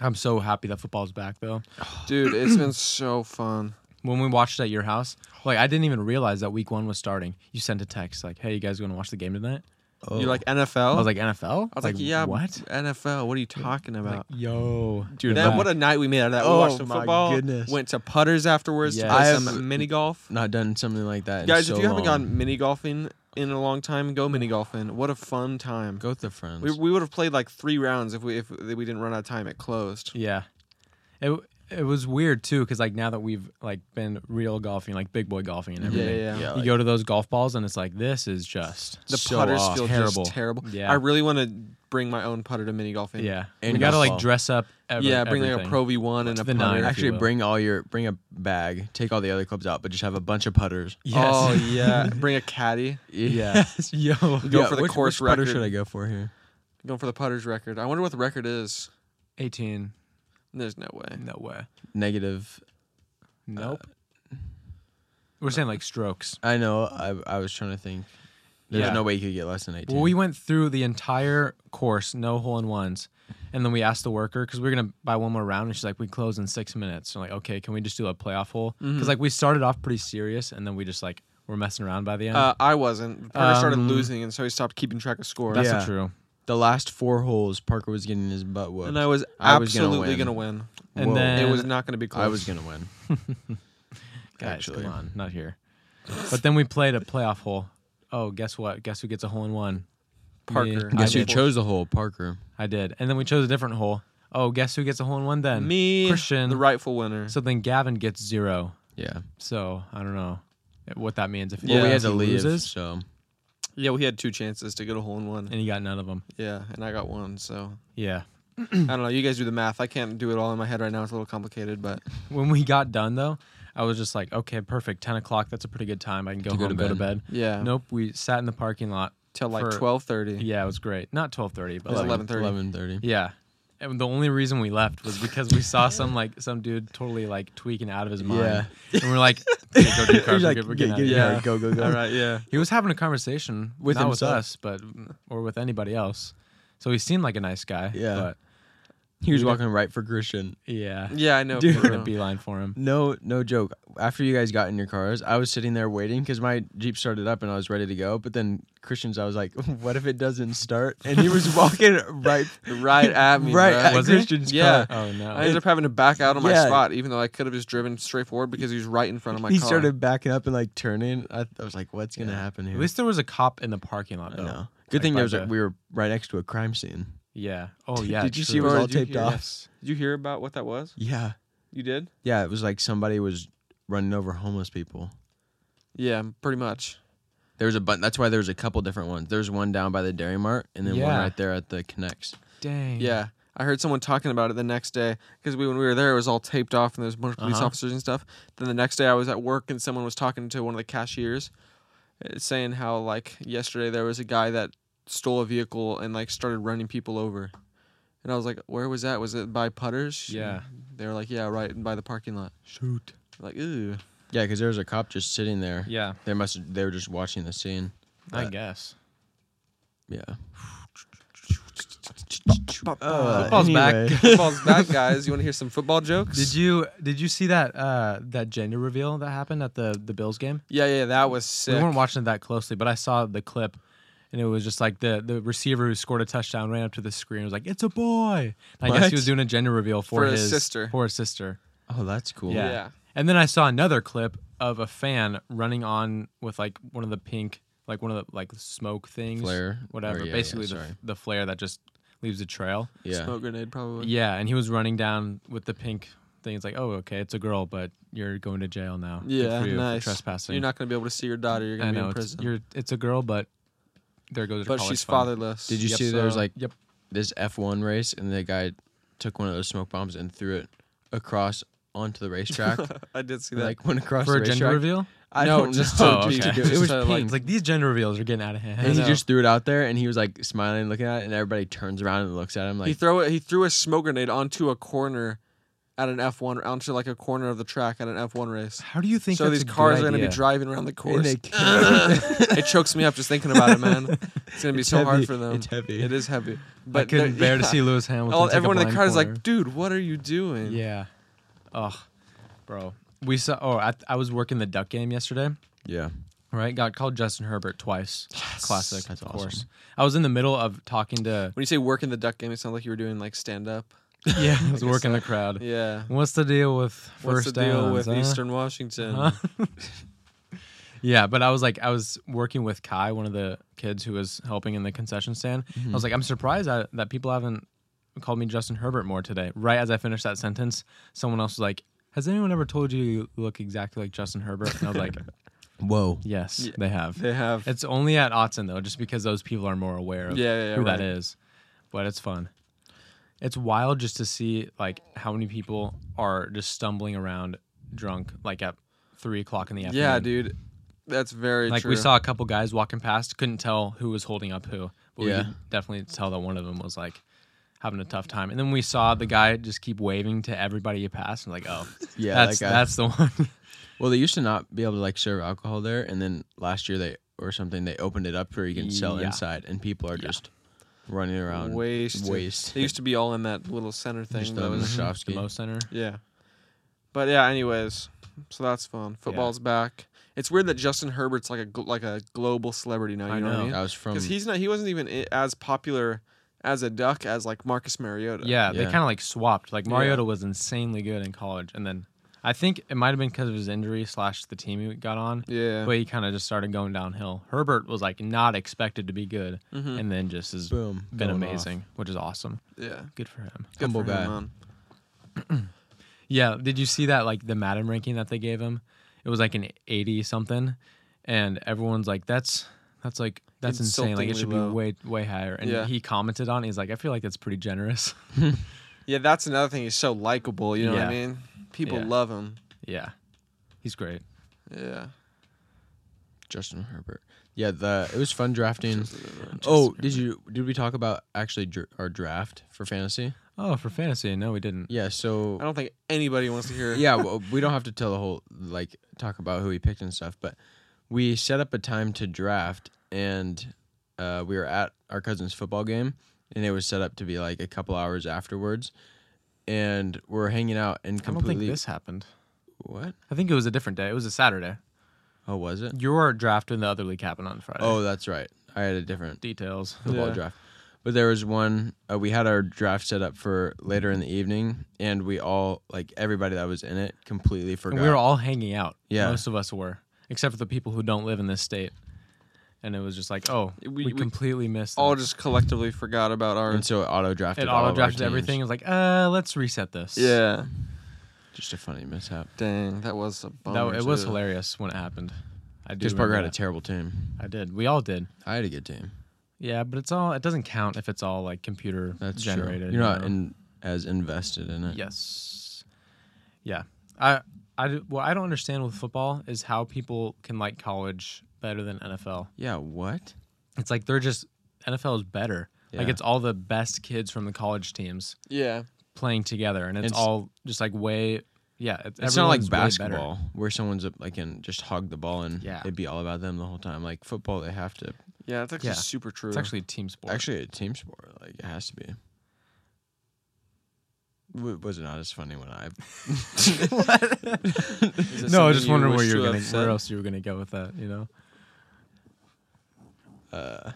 A: I'm so happy that football's back though.
C: Dude, it's been so fun.
A: When we watched at your house, like I didn't even realize that week one was starting. You sent a text like, "Hey, you guys going to watch the game tonight?"
B: Oh.
C: You're like NFL?
A: I was like, "NFL." I
C: I was like, yeah,
A: what?"
C: NFL, what are you talking
A: Like,
C: about?
A: yo,
C: Dude,
A: Yeah.
C: that, what a night we made out of that.
B: Oh,
C: we watched some
B: my
C: football,
B: goodness.
C: went to putters afterwards to
A: Yes.
C: play
B: I have-
C: some mini golf.
B: not done something like that. in
C: Guys,
B: so
C: if you haven't
B: long.
C: gone mini golfing in a long time, go mini golfing. What a fun time.
B: go with the friends.
C: We, we would have played like three rounds if we if we didn't run out of time. It closed.
A: Yeah, it it was weird too because like now that we've like been real golfing, like big boy golfing and
C: Yeah,
A: everything,
C: yeah. yeah.
B: Yeah,
A: you go to those golf balls and it's like this is just
C: The
B: so
C: putters
B: off.
C: feel
A: Terrible.
C: just terrible.
A: Yeah.
C: I really want to bring my own putter to mini golf in.
A: Yeah,
B: And
A: we gotta
B: golf
A: like
B: ball.
A: dress up. Ever,
C: yeah. Bring like a
A: everything.
C: Pro V one and
A: To
C: a
A: the
C: putter.
A: nine. If you
B: Actually,
A: will.
B: bring all your bring a bag, take all the other clubs out, but just have a bunch of putters.
A: Yes.
C: Oh yeah, bring a caddy.
A: Yeah.
B: yo.
C: Go for the
B: which,
C: course
B: which putter
C: record.
B: should I go for here?
C: Going for the putters record. I wonder what the record is.
A: Eighteen.
C: There's no way.
A: No way.
B: Negative.
A: Nope. We're saying like strokes.
B: I know. I I was trying to think. There's
A: Yeah.
B: no way you could get less than eighteen.
A: Well, we went through the entire course, no hole in ones, and then we asked the worker because we are gonna buy one more round, and she's like, "We close in six minutes." So like, okay, can we just do a playoff hole? Because
C: Mm-hmm.
A: like we started off pretty serious, and then we just like were messing around by the end.
C: Uh, I wasn't. Parker started
A: Um,
C: losing, and so he stopped keeping track of score.
A: That's
B: yeah.
A: not true.
B: the last four holes, Parker was getting his butt whooped.
C: And I was
B: I was gonna
C: absolutely
B: win.
C: gonna win.
A: And
B: Whoa.
A: then
C: it was not gonna be close.
B: I was gonna win.
A: Guys,
B: actually.
A: come on, not here. But then we played a playoff hole. Oh, guess what? Guess who gets a hole in one?
C: Parker.
A: Me.
B: Guess
A: I
B: who
A: did.
B: chose the hole, Parker?
A: I did. And then we chose a different hole. Oh, guess who gets a hole in one then?
C: me,
A: Christian.
C: the rightful winner.
A: So then Gavin gets zero.
B: Yeah.
A: So I don't know what that means. If
C: Well,
B: Well,
C: Yeah.
B: we had
A: if
B: to
A: he
B: leave,
A: loses,
B: so
C: yeah, we had two chances to get a hole in one.
A: and he got none of them.
C: Yeah, and I got one. So
A: Yeah.
C: I don't know. You guys do the math. I can't do it all in my head right now. It's a little complicated, but
A: When we got done though, I was just like, okay, perfect. Ten o'clock. That's a pretty good time. I can go
B: To go
A: home,
B: to
A: go to
B: bed.
A: bed.
C: yeah,
A: Nope. We sat in the parking lot.
C: till like
A: for-
C: twelve thirty.
A: Yeah, it was great. Not twelve thirty, but
C: was
A: like,
C: 11:30.
B: Eleven thirty.
A: Yeah. And the only reason we left was because we saw some like some dude totally like tweaking out of his mind. And we're like, okay, go do cars, we're good, we're getting out of here."
C: yeah.
B: go go
C: All right. Yeah.
A: He was having a conversation
B: With
A: not with
B: himself.
A: us, but or with anybody else. So he seemed like a nice guy.
B: Yeah.
A: But
B: He was walking right for Christian.
A: yeah.
C: Yeah, I know.
A: We're
C: for
A: gonna
C: real.
A: beeline for him.
B: No, no joke. After you guys got in your cars, I was sitting there waiting because my Jeep started up and I was ready to go. But then Christian's, I was like, "What if it doesn't start?" And he was walking right,
C: right at me.
B: right
C: bro.
B: at
A: Was he?
B: Christian's
C: Yeah.
B: car.
A: Oh no.
C: I ended up having to back out on my
B: Yeah.
C: spot, even though I could have just driven straight forward because he was right in front of my
B: he
C: car.
B: started backing up and like turning. I, I was like, "What's gonna happen here?"
A: At least there was oh, a cop in the parking lot
B: I
A: though.
B: know. Good
A: Like
B: thing
A: by
B: there was
A: the-
B: a, we were right next to a crime scene.
A: Yeah. Oh yeah.
B: Did you see
A: true.
B: where it was
C: Bro,
B: all
C: did you
B: taped
C: hear-
B: off?
C: Did you hear about what that was?
B: Yeah,
C: You did?
B: yeah. It was like somebody was running over homeless people.
C: Yeah, pretty much.
B: There was a bun. That's why there was a couple different ones. There's one down by the Dairy Mart, and then one
A: Yeah.
B: right there at the Connects.
A: Dang.
C: Yeah. I heard someone talking about it the next day because we, when we were there, it was all taped off and there was a bunch of police
A: Uh-huh.
C: officers and stuff. Then the next day, I was at work and someone was talking to one of the cashiers, uh, saying how like yesterday there was a guy that stole a vehicle and like started running people over, and I was like, where was that? Was it by Putters?
A: Yeah.
C: They were like, yeah, right by the parking lot.
A: Shoot.
C: Like, ooh,
B: Yeah, because there was a cop just sitting there.
A: Yeah.
B: They must. They were just watching the scene.
A: I
B: But-
A: guess.
B: Yeah. uh,
C: Uh,
A: Football's back.
C: football's back, guys. You want to hear some football jokes?
A: Did you did you see that uh that gender reveal that happened at the the Bills game?
C: Yeah, yeah, that was sick.
A: We weren't watching it that closely, but I saw the clip, and it was just like the the receiver who scored a touchdown ran up to the screen and was like, "It's a boy." And I guess
B: What?
A: he was doing a gender reveal for,
C: For his
A: his
C: sister.
A: For his sister.
B: Oh, that's cool.
A: Yeah.
C: Yeah.
A: And then I saw another clip of a fan running on with like one of the pink, like one of the like smoke things,
B: Flare?
A: whatever.
C: Oh,
B: Or yeah,
A: Basically,
B: yeah,
A: the,
B: sorry.
A: the flare that just leaves a trail.
B: Yeah.
C: Smoke grenade, probably.
A: Yeah, and he was running down with the pink thing. It's like, oh, okay, it's a girl, but you're going to jail now. Good
C: Yeah,
A: for you for
C: nice.
A: trespassing.
C: You're not gonna be able to see your daughter. You're gonna
A: I
C: be
A: know
C: in
A: it's,
C: prison.
A: you're, it's a girl, but there goes. her
C: but
A: college
C: she's
A: fund.
C: fatherless.
B: Did you
A: Yep,
B: see there was
A: so-
B: like
A: yep.
B: this F1 race, and the guy took one of those smoke bombs and threw it across onto the racetrack.
C: I did see that.
B: like went across
A: for
B: the
A: a gender
B: racetrack.
A: reveal?
B: I
C: No,
B: don't
C: just
B: know
A: to-
B: what
A: okay.
B: do.
A: Just
B: It was
C: to, like-
B: pink.
A: It's like these gender reveals are getting out of
B: and
A: hand.
B: he
C: know.
B: just threw it out there, and he was like smiling, and looking at it, and everybody turns around and looks at him
C: he
B: like,
C: throw it. He threw a smoke grenade onto a corner at an F1 onto like a corner of the track at an F1 race.
A: How do you think
C: So
A: that's
C: these
A: a good
C: cars are gonna be
A: idea?
C: driving around the
B: and
C: course.
B: they killed it.
C: it chokes me up just thinking about it, man. It's gonna be
B: It's
C: so
B: heavy.
C: hard for them.
B: It's heavy.
C: It is heavy.
A: I
C: But
A: couldn't
C: they're-
A: bear to
C: yeah.
A: see Lewis Hamilton.
C: All,
A: take a
C: everyone in the
A: blind
C: car is
A: corner.
C: like, "Dude, what are you doing?"
A: yeah. Oh, bro. We saw. Oh, I, I was working the duck game yesterday.
B: yeah.
A: Right, got called Justin Herbert twice. Classic,
B: That's
A: of
B: awesome.
A: course. I was in the middle of talking to.
C: When you say work in the duck game, it sounds like you were doing like stand up.
A: Yeah, I was working the crowd.
C: Yeah.
A: What's the deal with first
C: What's the deal
A: downs,
C: with
A: huh?
C: Eastern Washington?
A: Yeah, but I was like, I was working with Kai, one of the kids who was helping in the concession stand. I
C: Mm-hmm.
A: was like, I'm surprised I, that people haven't called me Justin Herbert more today. Right as I finished that sentence, someone else was like, Has anyone ever told you you look exactly like Justin Herbert? And I was like,
B: Whoa.
A: Yes, they have.
C: They have.
A: It's only at Otson though, just because those people are more aware of
C: Yeah, yeah, yeah,
A: who
C: right.
A: that is. but it's fun. It's wild just to see like how many people are just stumbling around drunk like at three o'clock in the afternoon.
C: Yeah, dude. That's very
A: Like
C: true.
A: we saw a couple guys walking past, couldn't tell who was holding up who, but we
B: Yeah.
A: could definitely tell that one of them was like having a tough time. And then we saw the guy just keep waving to everybody he passed, and like, oh,
B: Yeah,
A: that's
B: that guy.
A: that's the one.
B: Well, they used to not be able to like serve alcohol there, and then last year they or something they opened it up where you can sell
A: Yeah.
B: inside, and people are just running around
C: waste.
B: waste.
C: They used to be all in that little center thing.
B: Just
C: That
B: on
C: was,
A: the
B: Mashofsky.
A: Mo Center.
C: yeah. But yeah, anyways, so that's fun. Football's back. It's weird that Justin Herbert's like a gl- like a global celebrity now. You
A: I
C: know, what I
A: know.
C: mean?
B: I was from
C: because he's not he wasn't even i- as popular as a duck as like Marcus Mariota.
A: Yeah, they
B: Yeah.
A: kind of like swapped. Like Mariota was insanely good in college, and then I think it might have been because of his injury slash the team he got on,
C: yeah.
A: but he kind of just started going downhill. Herbert was like not expected to be good,
C: Mhm.
A: and then just has
B: Mm-hmm. boom
A: been
B: going off.
A: amazing, which is awesome.
C: yeah,
A: Good for him.
C: Good
B: Humble
C: for him,
B: guy.
C: man.
A: Yeah, did you see that like the Madden ranking that they gave him? It was like an eighty something, and everyone's like, "That's that's like that's insane. Like it
C: Insultingly
A: should
C: low.
A: be way way higher." And
C: Yeah.
A: he commented on, it, "He's like, I feel like that's pretty generous."
C: Yeah, that's another thing. He's so likable. You know what I
A: Yeah.
C: mean? People
A: Yeah.
C: love him.
A: yeah, he's great.
C: Yeah.
B: Justin Herbert. Yeah, the it was fun drafting.
C: Justin-
B: Oh, did you did we talk about actually dr- our draft for fantasy?
A: Oh, for fantasy, no, we didn't.
B: Yeah, so
C: I don't think anybody wants to hear.
B: yeah, well, we don't have to tell the whole like talk about who we picked and stuff, but we set up a time to draft, and uh, we were at our cousin's football game, and it was set up to be like a couple hours afterwards, and we're hanging out and
A: I don't
B: completely
A: think this happened.
B: what?
A: I think it was a different day. It was a Saturday.
B: Oh, was it?
A: Your draft in the other league happened on Friday.
B: Oh, that's right. I had a different
A: details.
B: football
C: Yeah.
B: draft. But there was one uh, we had our draft set up for later in the evening, and we all like everybody that was in it completely
A: And
B: forgot.
A: we were all hanging out.
B: Yeah.
A: most of us were, except for the people who don't live in this state. And it was just like, oh,
C: We-
A: we,
C: we
A: completely missed.
C: All
A: that.
C: just collectively forgot about our.
B: and so it auto drafted.
A: it auto drafted everything. It was like, uh, let's reset this.
C: Yeah.
B: Just a funny mishap.
C: Dang, that was a
A: that,
C: bummer.
A: it was
C: too.
A: hilarious when it happened. I do.
B: Just Parker had
A: remember
B: a terrible team.
A: that. I did. We all did.
B: I had a good team.
A: Yeah, but it's all. It doesn't count if it's all like computer
B: That's
A: generated. you
B: True. You're not
A: know?
B: in, as invested in it.
A: Yes. Yeah. I I do- what I don't understand with football is how people can like college better than NFL.
B: Yeah. What?
A: It's like they're just NFL is better. Like
B: Yeah.
A: it's all the best kids from the college teams
C: Yeah.
A: playing together, and it's,
B: It's-
A: all just like way yeah. It,
B: It's not like
A: everyone's way better.
B: basketball where someone's up, like and just hog the ball and
A: Yeah.
B: it'd be all about them the whole time. Like football, they have to.
C: Yeah, that's actually
A: Yeah.
C: super true.
A: It's actually a team sport.
B: Actually, a team sport. Like it has to be. W- was it not as funny when I?
C: Is it
A: no, I
C: something
A: was just
C: you
A: wondering
C: wish
A: where you
C: to
A: were
C: have
A: gonna,
C: said?
A: where else you were gonna go with that. You know.
B: Uh,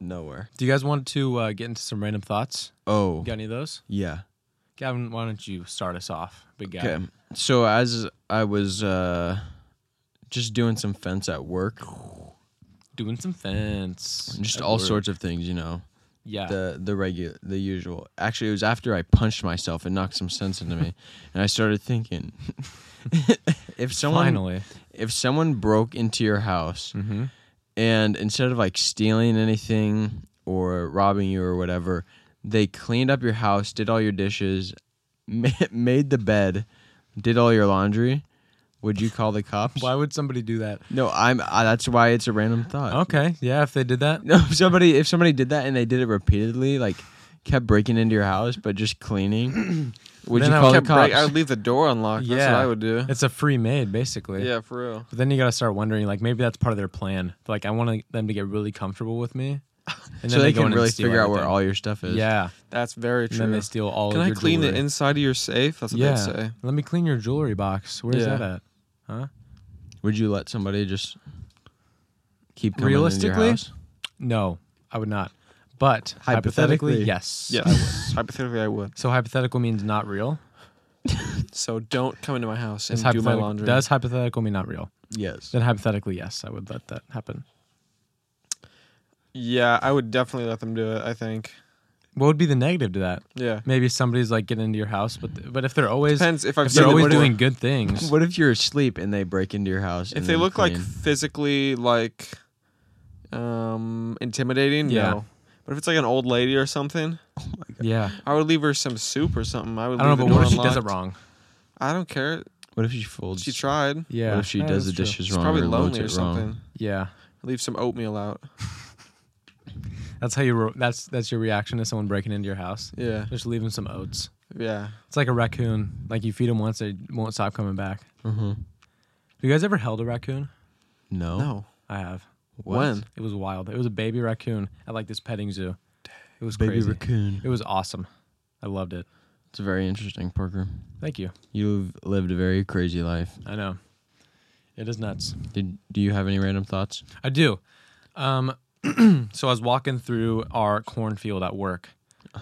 B: nowhere.
A: Do you guys want to uh, get into some random thoughts?
B: Oh,
A: Got any of those?
B: yeah.
A: Gavin, why don't you start us off, big guy?
B: Okay. So as I was uh, just doing some fence at work,
A: Doing some fence.
B: just
A: At
B: all
A: work.
B: sorts of things, you know.
A: Yeah.
B: the the regular the usual. Actually, it was after I punched myself and knocked some sense into me, and I started thinking, if someone
A: Finally.
B: if someone broke into your house
A: Mm-hmm.
B: and instead of like stealing anything or robbing you or whatever, they cleaned up your house, did all your dishes, ma- made the bed, did all your laundry, would you call the cops?
A: Why would somebody do that?
B: No, I'm. I, that's why it's a random thought.
A: Okay. Yeah, if they did that.
B: No, if somebody if somebody did that and they did it repeatedly, like kept breaking into your house but just cleaning, would
A: Then
B: you
A: I
B: call the
A: would-
C: Kept break-
B: cops?
C: I would leave the door unlocked. That's
A: Yeah.
C: what I would do.
A: It's a free made, basically.
C: Yeah, for real.
A: But then you got to start wondering, like, maybe that's part of their plan. Like, I want them to get really comfortable with me. And
B: so they,
A: go in
B: can
A: and
B: really
A: steal
B: figure out where
A: everything.
B: all your stuff is.
A: Yeah.
C: That's very
A: And
C: true.
A: then they steal all
C: Can
A: of
C: I
A: your
C: clean
A: jewelry.
C: the inside of your safe? That's what
A: Yeah.
C: they'd say.
A: Let me clean your jewelry box. Where's
C: Yeah.
A: that at?
B: Would you let somebody just keep coming into
A: Realistically?
B: your house?
A: No, I would not. But hypothetically,
B: Hypothetically.
A: yes.
C: Yes, I would. Hypothetically, I would.
A: So hypothetical means not real.
C: So don't come into my house and
A: Is
C: do my
A: hypothetical-
C: laundry.
A: Does hypothetical mean not real?
B: Yes.
A: Then hypothetically, yes, I would let that happen.
C: Yeah, I would definitely let them do it. I think.
A: What would be the negative to that?
C: Yeah.
A: Maybe somebody's like getting into your house, but but if they're always
C: Depends if I've
A: if
C: seen
A: they're
C: them
A: always
C: do it.
A: doing good things.
B: What if you're asleep and they break into your house?
C: If
B: and
C: they
B: then
C: look like
B: clean?
C: physically like um intimidating,
A: Yeah.
C: no. But if it's like an old lady or something,
A: Yeah.
C: I would leave her some soup or something. I would.
A: I don't
C: leave
A: know, but
C: the
A: what
C: door
A: if she does it
C: unlocked.
A: wrong?
C: I don't care.
B: What if she folds?
C: She tried.
A: Yeah.
B: What if she
A: Yeah,
B: does the
A: that's true.
B: dishes
A: She's
C: She's
B: wrong?
C: probably
B: or loads
C: lonely or
B: it wrong?
C: something.
A: Yeah.
C: Leave some oatmeal out.
A: That's how you. Re- that's that's your reaction to someone breaking into your house.
C: Yeah.
A: Just leave them some oats.
C: Yeah.
A: It's like a raccoon. Like you feed them once, they won't stop coming back.
B: Mhm.
A: Have you guys ever held a raccoon?
B: No.
C: No.
A: I have.
B: What?
C: When?
A: It was wild. It was a baby raccoon at like this petting zoo. It was
B: Baby
A: crazy.
B: raccoon.
A: It was awesome. I loved it.
B: It's very interesting, Parker.
A: Thank you.
B: You've lived a very crazy life.
A: I know. It is nuts.
B: Did do you have any random thoughts?
A: I do. Um, so I was walking through our cornfield at work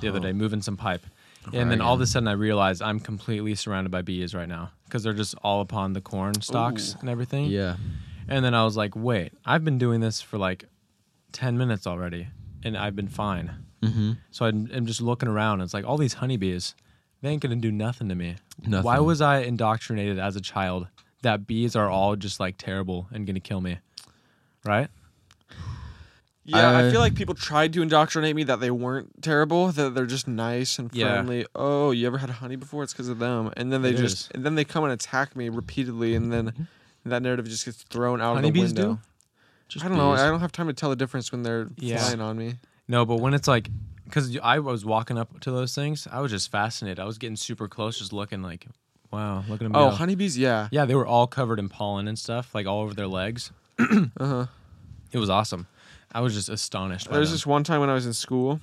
A: the
B: Oh.
A: other day, moving some pipe, and then all of a sudden I realized I'm completely surrounded by bees right now because they're just all upon the corn stalks and everything.
B: Yeah.
A: And then I was like, wait, I've been doing this for like ten minutes already, and I've been fine.
B: Mm-hmm.
A: So I'm, I'm just looking around. And it's like all these honeybees, they ain't gonna do nothing to me.
B: Nothing.
A: Why was I indoctrinated as a child that bees are all just like terrible and gonna kill me? Right?
C: Yeah, I,
B: I-
C: feel like people tried to indoctrinate me that they weren't terrible, that they're just nice and
A: Yeah.
C: friendly. Oh, you ever had honey before? It's because of them. And then they
A: It
C: just
A: is. Mm-hmm.
C: and then they come and attack me repeatedly and then that narrative just gets thrown out
A: Honeybees
C: of the window.
A: do?
B: Just
C: I don't know.
B: bees.
C: I don't have time to tell the difference when they're
A: Yeah.
C: flying on me.
A: No, but when it's like, because I was walking up to those things, I was just fascinated. I was getting super close, just looking like, wow, look at them.
C: Oh,
A: go.
C: honeybees, yeah.
A: yeah, they were all covered in pollen and stuff, like all over their legs.
C: Uh-huh.
A: It was awesome. I was just astonished. By
C: There was
A: them.
C: this one time when I was in school.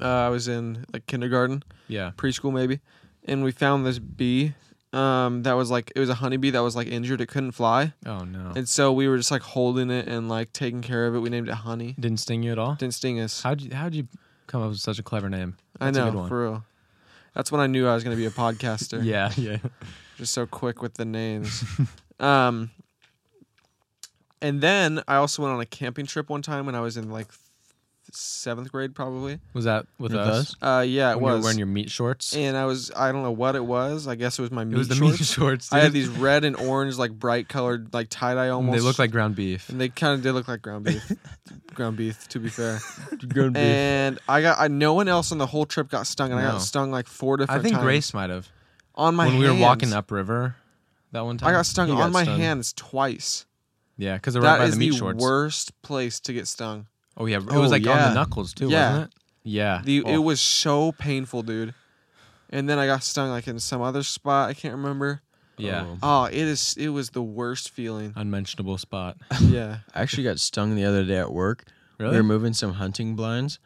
C: Uh, I was in like kindergarten,
A: yeah,
C: preschool maybe, and we found this bee um, that was like it was a honeybee that was like injured. It couldn't fly,
A: oh no, it
C: and so we were just like holding it and like taking care of it. We named it Honey.
A: didn't sting you at all.
C: Didn't sting us.
A: How'd you how'd you come up with such a clever name?
C: I
A: That's a
C: know
A: good one.
C: for real. That's when I knew I was gonna be a podcaster.
A: Yeah, yeah.
C: just so quick with the names. um, and then I also went on a camping trip one time when I was in like th- seventh grade, probably.
A: Was that with,
B: With
A: us?
B: us?
C: Uh, yeah, it
A: When you were
C: was.
A: wearing your meat shorts.
C: and I was I don't know what it was. I guess it was my meat
A: it was the
C: shorts.
A: meat shorts.
C: I had
A: dude.
C: these red and orange, like bright colored, like tie dye
A: And
C: almost.
A: They look like ground beef.
C: and they kind of did look like ground beef. ground beef, to be fair.
B: Ground beef.
C: And I got I no one else on the whole trip got stung, and I
A: No.
C: got stung like four different
A: I think
C: times
A: Grace might have
C: on my
A: when we were walking
C: hands.
A: upriver. That one time
C: I got stung
A: He
C: on
A: got
C: my
A: stung.
C: hands twice.
A: Yeah, because they were right
C: That
A: by
C: is
A: the
C: the
A: meat shorts.
C: worst place to get stung.
A: Oh yeah, it
B: Oh,
A: was like on the
B: yeah.
A: knuckles too,
C: Yeah.
A: wasn't it? Yeah.
C: The it
A: Oh.
C: was so painful, dude. And then I got stung like in some other spot. I can't remember.
A: yeah.
B: Oh.
C: Oh, it is. It was the worst feeling.
A: Unmentionable spot.
C: yeah.
B: I actually got stung the other day at work.
A: Really?
B: We were moving some hunting blinds,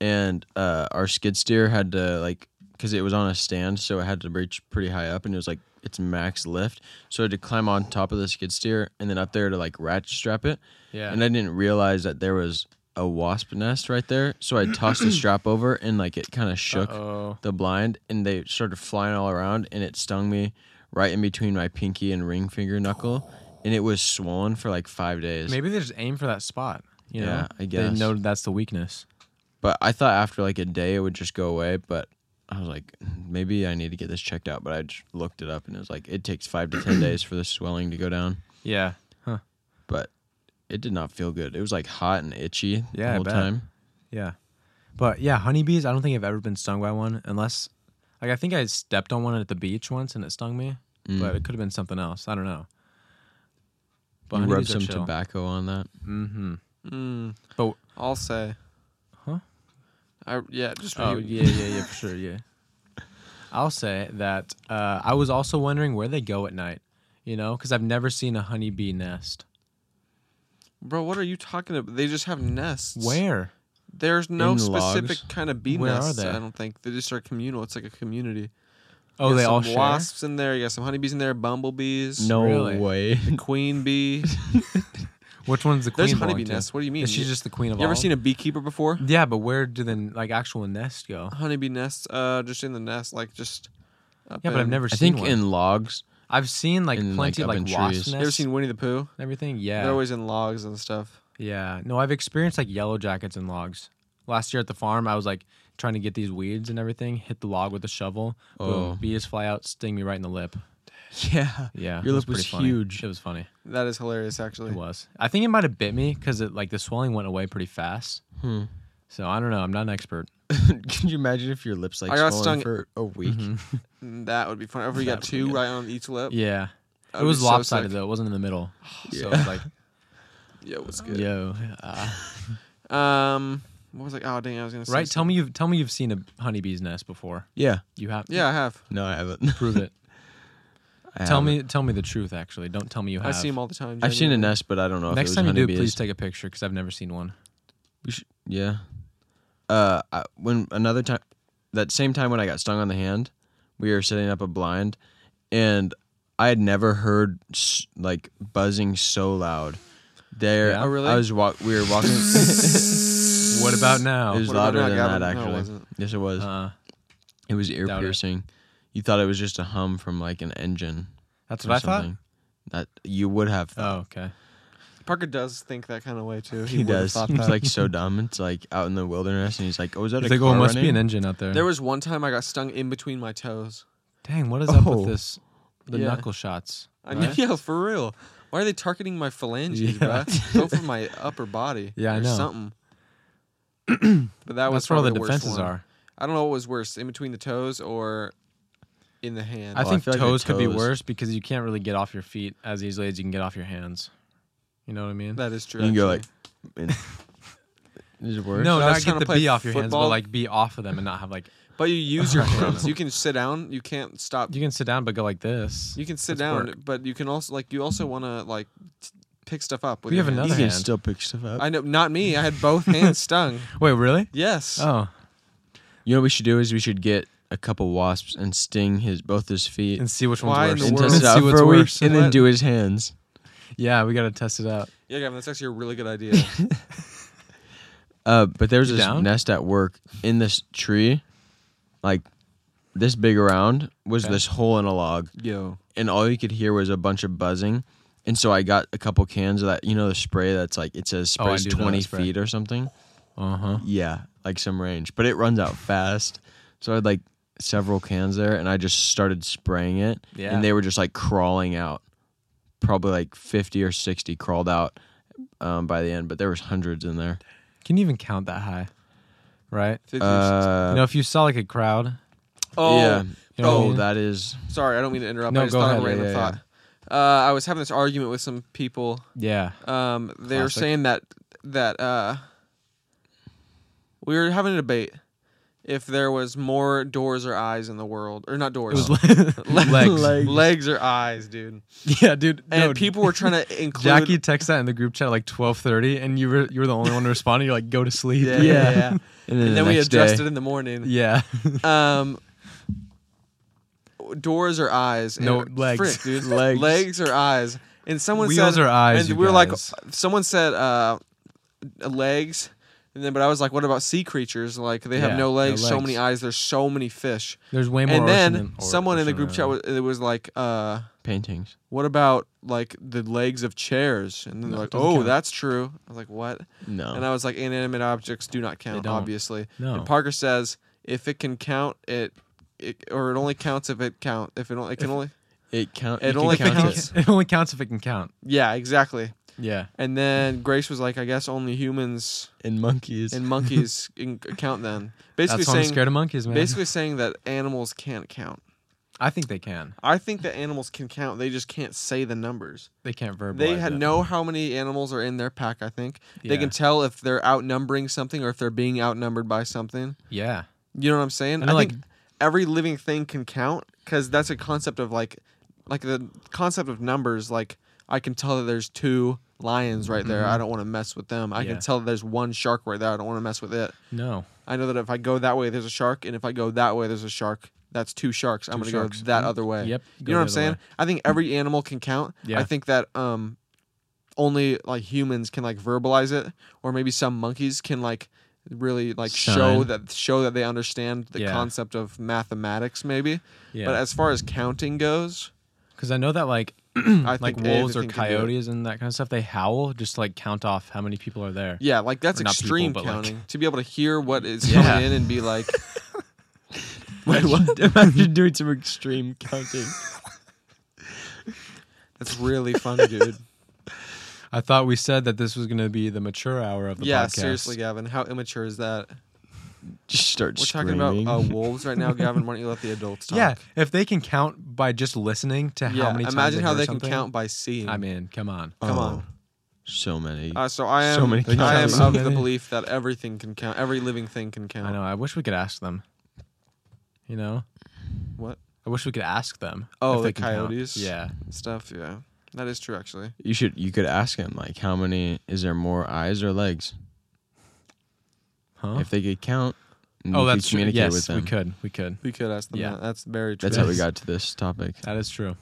B: and uh, our skid steer had to like because it was on a stand, so it had to reach pretty high up, and it was like its max lift. So I had to climb on top of the skid steer and then up there to like ratchet strap it.
A: yeah.
B: And I didn't realize that there was a wasp nest right there, so I tossed the strap over and like it kind of shook
A: oh.
B: the blind, and they started flying all around, and it stung me right in between my pinky and ring finger knuckle, and it was swollen for like five days.
A: Maybe they just aim for that spot. You know?
B: Yeah, I
A: They
B: guess.
A: know that's the weakness.
B: But I thought after like a day it would just go away, but I was like, maybe I need to get this checked out. But I just looked it up and it was like it takes five to ten days for the swelling to go down.
A: Yeah.
B: But it did not feel good. It was like hot and itchy the
A: Yeah, I
B: whole
A: bet.
B: time.
A: Yeah. But yeah, honeybees, I don't think I've ever been stung by one unless like I think I stepped on one at the beach once and it stung me.
B: Mm.
A: But it could have been something else. I don't know. But
B: you rub
A: honeybees
B: some
A: are chill.
B: tobacco on that.
A: Mm-hmm.
C: Mm,
A: But-
C: I'll say.
A: Huh?
C: I yeah. Just
A: Oh yeah, yeah, yeah, for sure, yeah. I'll say that uh, I was also wondering where they go at night, you know, because I've never seen a honeybee nest.
C: Bro, what are you talking about? They just have nests.
A: Where?
C: There's no
B: In
C: specific
B: logs?
C: kind of bee
A: Where are
C: nests.
A: they?
C: I don't think they just are communal. It's like a community.
A: Oh,
C: You
A: they
C: got
A: all
C: some
A: share.
C: wasps in there. You got some honeybees in there, bumblebees,
B: No
A: Really?
B: way.
C: queen bee.
A: Which one's the queen?
C: There's
A: belong
C: honeybee
A: to?
C: nests. What do you mean?
A: Is she just the queen of
C: you ever
A: all?
C: seen a beekeeper before?
A: yeah, but where do the like actual nest go?
C: Honeybee nests, uh, just in the nest, like just. Up
A: Yeah, but I've
C: in-
A: never
B: Um, I
A: seen
B: think
A: one.
B: in logs.
A: I've seen like
B: in,
A: plenty
B: like, up
A: of
B: in
A: like wasp
B: trees.
A: nests.
B: You
C: You ever seen Winnie the Pooh?
A: and everything? Yeah,
C: They're always in logs and stuff.
A: yeah. No, I've experienced like yellow jackets and logs. Last year at the farm, I was like trying to get these weeds and everything. Hit the log with a shovel.
B: Oh.
A: Boom. Bees fly out, sting me right in the lip.
B: Yeah.
A: Yeah,
B: Your
A: it
B: lip was
A: pretty funny.
B: huge.
A: It was funny.
C: That is hilarious, actually.
A: It was. I think it might have bit me because it like the swelling went away pretty fast.
B: Hmm.
A: So I don't know. I'm not an expert.
B: Can you imagine if your lips like
C: I got
B: swollen
C: stung-
B: for a week?
A: Mhm.
C: That would be fun. If we
B: That
C: got
B: would be
C: two
B: good.
C: right on each lip,
A: Yeah.
C: that
A: It
C: would be
A: was
C: so
A: lopsided
C: sick.
A: though. It wasn't in the middle. So
B: Yeah.
A: it's like,
C: Yeah, what's good?
A: yo, uh,
C: Um, what was I? Oh, dang, I was gonna say.
A: right? Tell me you've tell me you've seen a honeybee's nest before.
B: Yeah.
A: You have.
C: something. Yeah, I have.
B: No, I haven't.
A: Prove it.
B: I
A: tell
B: haven't.
A: me tell me the truth. Actually, don't tell me you have.
C: I see them all the time.
B: I've seen a
C: genuinely.
B: nest, but I don't know
A: Next
B: if it
A: time
B: was
A: you do,
B: honeybees.
A: please take a picture because I've never seen one.
B: We should, yeah. Uh, I, when another time, that same time when I got stung on the hand, we were setting up a blind, and I had never heard s- like buzzing so loud. There,
A: Yeah?
C: Oh, really?
B: I was walk. We were walking. it
A: What about now?
B: was
C: What about
B: louder
C: now,
B: than that
C: Gavin? No, it
B: actually.
C: wasn't.
B: yes, it was.
A: Uh,
B: it was ear
A: doubt it.
B: piercing. You thought it was just a hum from like an engine.
A: that's
B: or
A: what I
B: something. That you would have.
A: thought.
B: Thought.
A: Oh, okay.
C: Parker does think that kind of way too.
B: he
C: would've
B: does.
C: thought
B: He's
C: that.
B: like so dumb. It's like out in the wilderness, and he's like, "Oh, is that
A: It's
B: a
A: like,
B: car
A: oh, it must be
B: running?"
A: an engine out there.
C: There was one time I got stung in between my toes.
A: Dang, what is up
B: Oh.
A: with this? The
C: Yeah.
A: knuckle shots.
C: I
A: right?
C: know, yeah, for real. Why are they targeting my phalanges,
A: Yeah.
C: bruh? Go for my upper body.
A: Yeah, I
C: or
A: know.
C: Something. but that was
A: That's where all the
C: probably worst
A: defenses
C: one.
A: are.
C: I don't know what was worse, in between the toes or in the hand.
A: I
B: Oh, I
A: think
B: feel like the
A: toes could be
B: toes-
A: worse because you can't really get off your feet as easily as you can get off your hands. You know what I mean?
C: that is true.
B: You can go like,
C: actually.
B: and- is it worse?
A: no,
C: So I was
A: not
C: trying
A: get
C: to
A: the
C: play
A: B off your hands, but
C: football.
A: like be off of them and not have like
C: but you use your
A: I don't
C: hands.
A: know.
C: You can sit down. You can't stop.
A: you can sit down but go like this.
C: You can sit
A: That's
C: down,
A: work.
C: but you can also like you also want to like t- pick stuff up. With
A: We
C: your
A: have
C: hands.
A: another
B: you can
A: hand.
B: still pick stuff up.
C: I know, not me. I had both hands stung.
A: Wait, really?
C: Yes.
A: Oh,
B: you know what we should do is we should get a couple wasps and sting his both his feet
A: and see which
C: Why in
A: one's worse.
C: the
B: and
C: world?
A: And
B: test it
A: see
B: out
A: what's
B: for a week,
A: worse.
B: and then
C: What?
B: do his hands.
A: Yeah, we gotta test it out.
C: Yeah, Gavin, that's actually a really good idea.
B: Uh, but there's
A: You
B: this
A: down?
B: nest at work in this tree, like this big around was
A: Okay.
B: this hole in a log,
C: Yo.
B: and all you could hear was a bunch of buzzing. And so I got a couple cans of that, you know, the spray that's like it says
A: Oh, I
B: sprays
A: do know that
B: 20
A: spray.
B: feet or something.
A: Uh huh.
B: Yeah, like some range, but it runs out fast. So I had like several cans there, and I just started spraying it,
A: Yeah.
B: and they were just like crawling out. Probably like fifty or sixty crawled out um, by the end, but there was hundreds in there.
A: Can you even count that high? Right?
B: Uh,
A: you know, if you saw like a crowd,
C: oh,
B: yeah.
A: you know what I
B: Oh,
A: mean?
B: that is.
C: sorry. I don't mean to interrupt.
A: No,
C: I just
A: go
C: thought
A: ahead.
C: of a random
B: Yeah, yeah, yeah.
C: thought. Uh, I was having this argument with some people.
A: yeah.
C: Um, they were
A: Classic.
C: saying that that uh, we were having a debate if there was more doors or eyes in the world, or not doors,
A: It was le- Oh. legs.
B: Legs.
C: legs or eyes, dude.
A: Yeah, dude.
C: And
A: no,
C: people were trying to include.
A: Jackie texted that in the group chat at, like 12:30, and you were you were the only one responding. You're like, go to sleep.
C: yeah, yeah, yeah.
B: then,
C: and
B: the
C: then we
B: next
C: addressed
B: day-
C: it in the morning.
A: yeah.
C: Um, doors or eyes? and-
A: No, legs.
C: Frick, dude.
B: Legs.
C: legs or eyes? And someone
A: Wheels
C: said
A: or eyes,
C: And
A: you
C: we were
A: guys.
C: like, someone said uh, legs. And then, but I was like, what about sea creatures? Like they have
A: Yeah,
C: no
A: no
C: legs, so
A: legs.
C: many eyes. There's so many fish.
A: There's way more.
C: and
A: ocean
C: then
A: than- or
C: someone in the
A: ocean
C: group
A: than-
C: chat was, it was like, uh,
B: paintings.
C: what about like the legs of chairs? And then
A: No,
C: they're like,
A: doesn't
C: oh,
A: count.
C: that's true. I was like, what?
B: No,
C: And I was like, inanimate objects do not count,
A: don't.
C: obviously.
A: No.
C: And Parker says if it can count, it, it or it only counts if it count if it, only, it can only
B: it count.
C: it
B: you can
C: only
B: count
C: counts-
B: it.
A: It only counts if it can count.
C: yeah exactly.
A: Yeah.
C: And then Grace was like, I guess only humans
B: in monkeys.
C: and monkeys can count then.
A: That's
C: Basically
A: why I'm
C: saying
A: scared of monkeys, man.
C: basically saying that animals can't count.
A: I think they can.
C: I think that animals can count. They just can't say the numbers.
A: They can't verbalize.
C: They ha-
A: it.
C: know how many animals are in their pack. I think they
A: Yeah.
C: can tell if they're outnumbering something or if they're being outnumbered by something.
A: Yeah.
C: You know what I'm saying?
A: And
C: I
A: like-
C: think every living thing can count because that's a concept of like, like the concept of numbers. Like I can tell that there's two lions right there. I don't want to mess with them. I
A: Mm-hmm. Yeah.
C: can tell that there's one shark right there. I don't want to mess with it.
A: No.
C: I know that if I go that way, there's a shark, and if I go that way, there's a shark. That's two sharks. i I'm
A: Two
C: gonna
A: sharks.
C: go that
A: Mm.
C: other way.
A: Yep. Go
C: You know
A: the
C: what I'm
A: other
C: saying?
A: way.
C: I think every animal can count.
A: Yeah.
C: I think that um, only like humans can like verbalize it, or maybe some monkeys can like really like show
B: Sign.
C: that show that they understand the
A: Yeah.
C: concept of mathematics, maybe. But
A: Yeah.
C: as far as counting goes,
A: Because I know that like
C: I
A: like
C: think
A: wolves or
C: everything can do it.
A: coyotes and that kind of stuff, they howl just to, like count off how many people are there.
C: Yeah, like that's
A: Or not people,
C: extreme
A: but, like-
C: counting. to be able to hear what is
A: Yeah.
C: coming in and be like,
B: Wait, what? Imagine doing some extreme counting.
C: that's really funny, dude.
A: I thought we said that this was going to be the mature hour of the
C: yeah,
A: podcast.
C: seriously, Gavin, how immature is that?
B: Just start
C: We're
B: screaming.
C: talking about uh, wolves right now, Gavin. Why don't you let the adults talk?
A: Yeah, if they can count by just listening to
C: yeah.
A: how many times
C: imagine how
A: heard
C: they
A: something,
C: can count by seeing.
A: I mean, come on.
C: Come
B: Oh,
C: on.
B: So many.
C: Uh, so I am.
B: So many
C: I am
A: counts.
C: of
A: So
C: the
A: many.
C: belief that everything can count. Every living thing can count.
A: I know. I wish we could ask them. You know,
C: What
A: I wish we could ask them.
C: Oh,
A: if they
C: the
A: can count.
C: coyotes?
A: Yeah.
C: stuff? Yeah, that is true. Actually,
B: you should. You could ask him like, how many is there more eyes or legs?
A: Huh?
B: If they could count, and
A: oh,
B: you could
A: that's true.
B: communicate
A: Yes,
B: with them.
A: we could. We could.
C: we could ask them.
A: Yeah.
C: That. That's very true.
B: That's how we got to this topic.
A: That is true.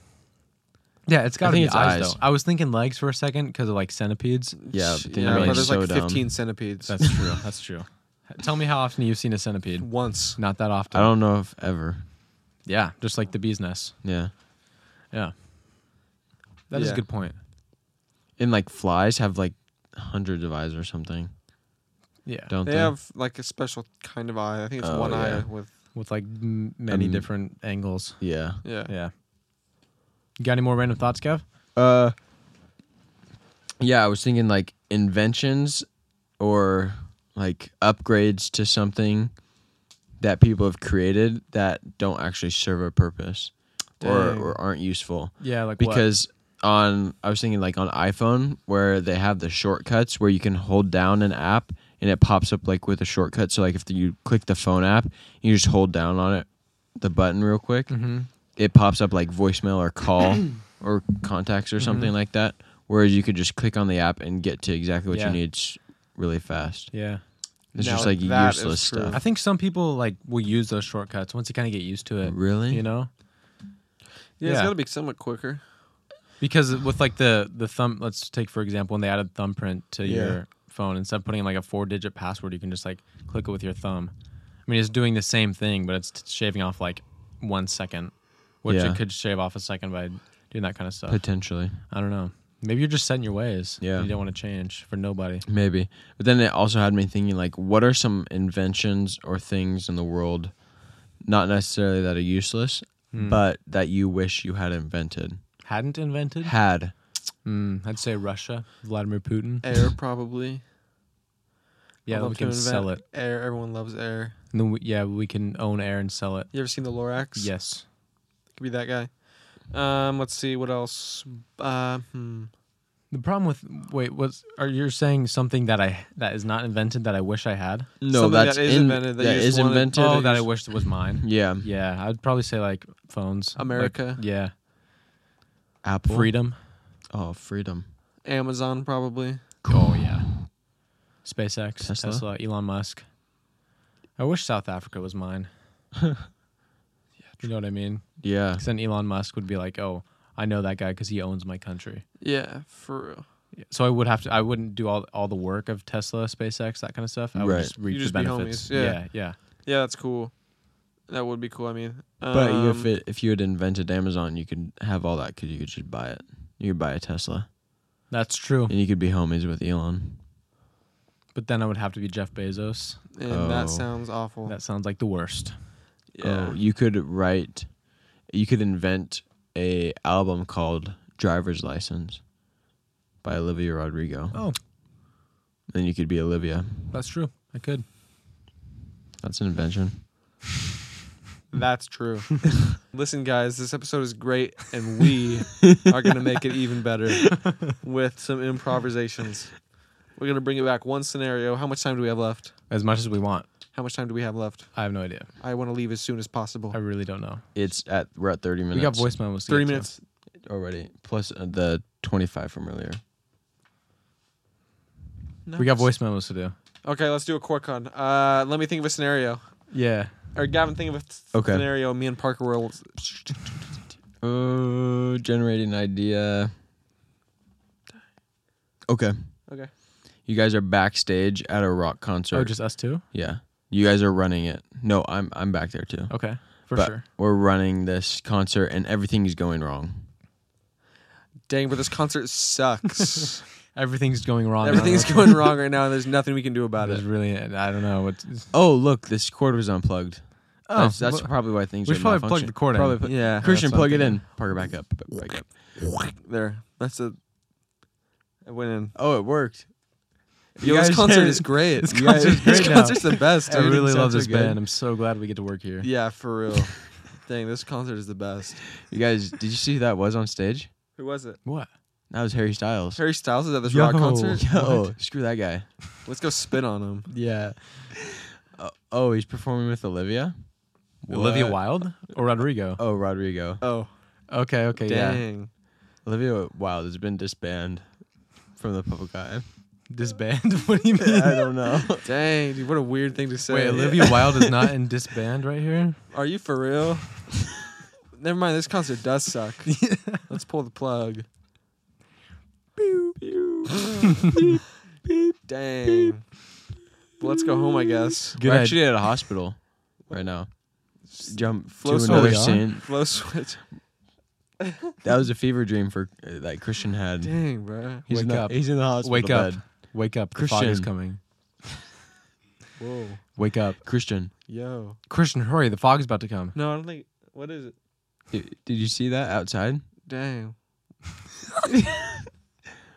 A: Yeah, it's got to
B: think
A: be
B: it's
A: eyes,
B: eyes.
A: though. I was thinking legs for a second because of like centipedes.
B: Yeah, but then
C: yeah,
B: you're
C: but
B: being
C: there's
B: so
C: like
B: dumb.
C: 15 centipedes.
A: That's true. That's true. Tell me how often you've seen a centipede.
C: once.
A: Not that often.
B: I don't know if ever.
A: Yeah, just like the bee's nest.
B: Yeah.
A: Yeah. that is
C: Yeah.
A: a good point.
B: And like flies have like hundreds of eyes or something,
A: Yeah.
B: don't they?
C: They have like a special kind of eye. I think it's
B: Oh,
C: one
B: yeah.
C: eye with
A: With like m- many
B: Um,
A: different angles.
B: yeah.
C: yeah.
A: Yeah. You got any more random thoughts, Kev?
B: Uh Yeah, I was thinking like inventions or like upgrades to something that people have created that don't actually serve a purpose or,
C: Dang.
B: or aren't useful.
A: Yeah, like
B: Because on I was thinking like on iPhone where they have the shortcuts where you can hold down an app and it pops up like with a shortcut. So like if you click the phone app, you just hold down on it the button real quick
A: hmm
B: it pops up like voicemail or call or contacts
A: Mm-hmm.
B: or something like that. Whereas you could just click on the app and get to exactly what
A: Yeah.
B: you need s- really fast.
A: Yeah.
B: It's
C: Now
B: just like
C: that is
B: useless
C: true.
A: I
B: stuff.
A: think some people like will use those shortcuts once you kind of get used to it.
B: Really?
A: You know?
C: Yeah, it's
A: Yeah.
C: got to be somewhat quicker.
A: Because with like the the thumb, let's take for example, when they added thumbprint to
C: Yeah.
A: your phone, instead of putting in like a four digit password, you can just like click it with your thumb. I mean, it's doing the same thing, but it's t- shaving off like one second, which
B: Yeah.
A: it could shave off a second by doing that kind of stuff.
B: Potentially,
A: I don't know. Maybe you're just setting your ways.
B: Yeah.
A: You don't want to change for nobody.
B: maybe. But then it also had me thinking like, what are some inventions or things in the world, not necessarily that are useless,
A: Mm.
B: but that you wish you had invented?
A: Hmm. Hadn't invented?
B: Had.
A: Mm, I'd say Russia, Vladimir Putin.
B: Eh,
C: Air probably. I'd
A: Yeah,
C: love
A: we
C: to
A: can sell it.
C: invent Air. Everyone loves air.
A: And then we, yeah, we can own air and sell it.
C: You ever seen the Lorax?
A: Yes.
C: Could be that guy. Um, let's see what else. Uh, hmm.
A: The problem with wait, what's are you saying something that I that is not invented that I wish I had?
B: No,
C: Something
B: that's
C: that is
B: in-
C: invented that you
B: that
C: just
B: is
C: wanted-
B: invented.
A: oh, that I wish was mine.
B: yeah,
A: Yeah, I'd probably say like phones, Like,
C: America.
A: yeah,
B: Apple.
A: freedom.
B: Oh, freedom.
C: Amazon probably.
A: Oh yeah, SpaceX,
B: Tesla?
A: Tesla? Elon Musk. I wish South Africa was mine. you know what I mean?
B: Yeah.
A: 'Cause then Elon Musk would be like, "Oh, I know that guy because he owns my country."
C: Yeah, for real.
A: So I would have to. I wouldn't do all all the work of Tesla, SpaceX, that kind of stuff. I would
B: Right.
A: just reap
C: You'd
A: the
C: just be
A: benefits.
C: homies, yeah.
A: yeah, yeah.
C: Yeah, that's cool. That would be cool. I mean, um,
B: But you, if it, if you had invented Amazon, you could have all that because you could just buy it. You could buy a Tesla,
A: That's true.
B: and you could be homies with Elon.
A: But then I would have to be Jeff Bezos.
C: and
B: Oh.
C: that sounds awful.
A: That sounds like the worst.
C: yeah.
B: Oh, you could write, you could invent a album called "Driver's License" by Olivia Rodrigo.
A: Oh,
B: Then you could be Olivia.
A: that's true. I could.
B: That's an invention.
C: That's true. Listen, guys, this episode is great, and we are going to make it even better with some improvisations. We're going to bring it back one scenario. How much time do we have left?
A: As much as we want.
C: How much time do we have left?
A: I have no idea.
C: I want to leave as soon as possible.
A: I really don't know.
B: It's at we're at thirty minutes.
A: We got voice memos. to
C: Three
A: get to.
C: minutes.
B: already, plus uh, the twenty-five from earlier.
A: We got
C: Nice.
A: voice memos to do.
C: Okay, let's do a quick one. Uh, let me think of a scenario.
A: Yeah.
C: Or Gavin, think of a th-
B: Okay.
C: scenario. Me and Parker will.
B: Oh, generate an idea. Okay.
C: Okay.
B: You guys are backstage at a rock concert.
A: Oh, just us two.
B: yeah. You guys are running it. No, I'm I'm back there too.
A: Okay, for
B: But
A: sure.
B: We're running this concert and everything's going wrong.
C: Dang, but this concert sucks.
A: Everything's going wrong.
C: Everything's
A: going.
C: going wrong right now, and there's nothing we can do about
A: That
C: it.
A: is really. I don't know. What's, it's-
B: Oh, look, this cord was unplugged.
A: oh,
B: that's that's
A: well,
B: probably why things
A: we
B: are
A: should probably plug
B: malfunctioning.
A: the cord in.
B: Probably put-
C: Yeah.
B: Christian,
A: That's what
B: plug
A: I'm
B: it in. Parker, back up. Back up.
C: There. That's a. It went in.
B: Oh, it worked.
C: Yo, this
B: guys
C: concert
B: did-
C: is great. This
B: You guys-
A: concert's
C: this
A: great now.
C: concert's the best.
A: I really
B: Everything
A: love
B: sounds
A: this
B: so good.
A: band. I'm so glad we get to work here.
C: Yeah, for real. Dang, this concert is the best.
B: You guys, did you see who that was on stage?
C: Who was it?
A: What?
B: That was Harry Styles.
C: Harry Styles is at this
A: Yo.
C: rock concert.
B: Yo, screw that guy.
C: Let's go spit on him.
B: Yeah. Uh, oh, he's performing with Olivia.
A: Olivia
B: What?
A: Wilde or Rodrigo?
B: Oh, Rodrigo.
C: Oh,
A: Okay, okay, yeah.
C: dang.
B: Olivia Wilde has been disbanded from the public eye.
A: Disband? what do you mean?
B: I don't know.
C: Dang, dude, what a weird thing to say.
A: Wait, Olivia Wilde is not in disband right here.
C: Are you for real? Never mind, this concert does suck. Let's pull the plug. Dang. Well, let's go home, I guess.
A: Good
B: We're
A: idea.
B: actually at a hospital right now. Jump
C: Flow
B: to another
A: switch.
B: scene.
C: Flow switch.
B: That was a fever dream for uh, that Christian had.
C: Dang, bro.
B: He's
A: Wake
B: in the,
A: up.
B: He's in the hospital
A: Wake up.
B: bed.
A: Wake up. The fog is
B: Christian.
A: coming.
C: Whoa.
A: Wake up.
B: Christian,
C: Yo.
A: Christian, hurry. The fog's about to come.
C: No, I don't think. What is it?
B: i- did you see that outside?
C: Dang.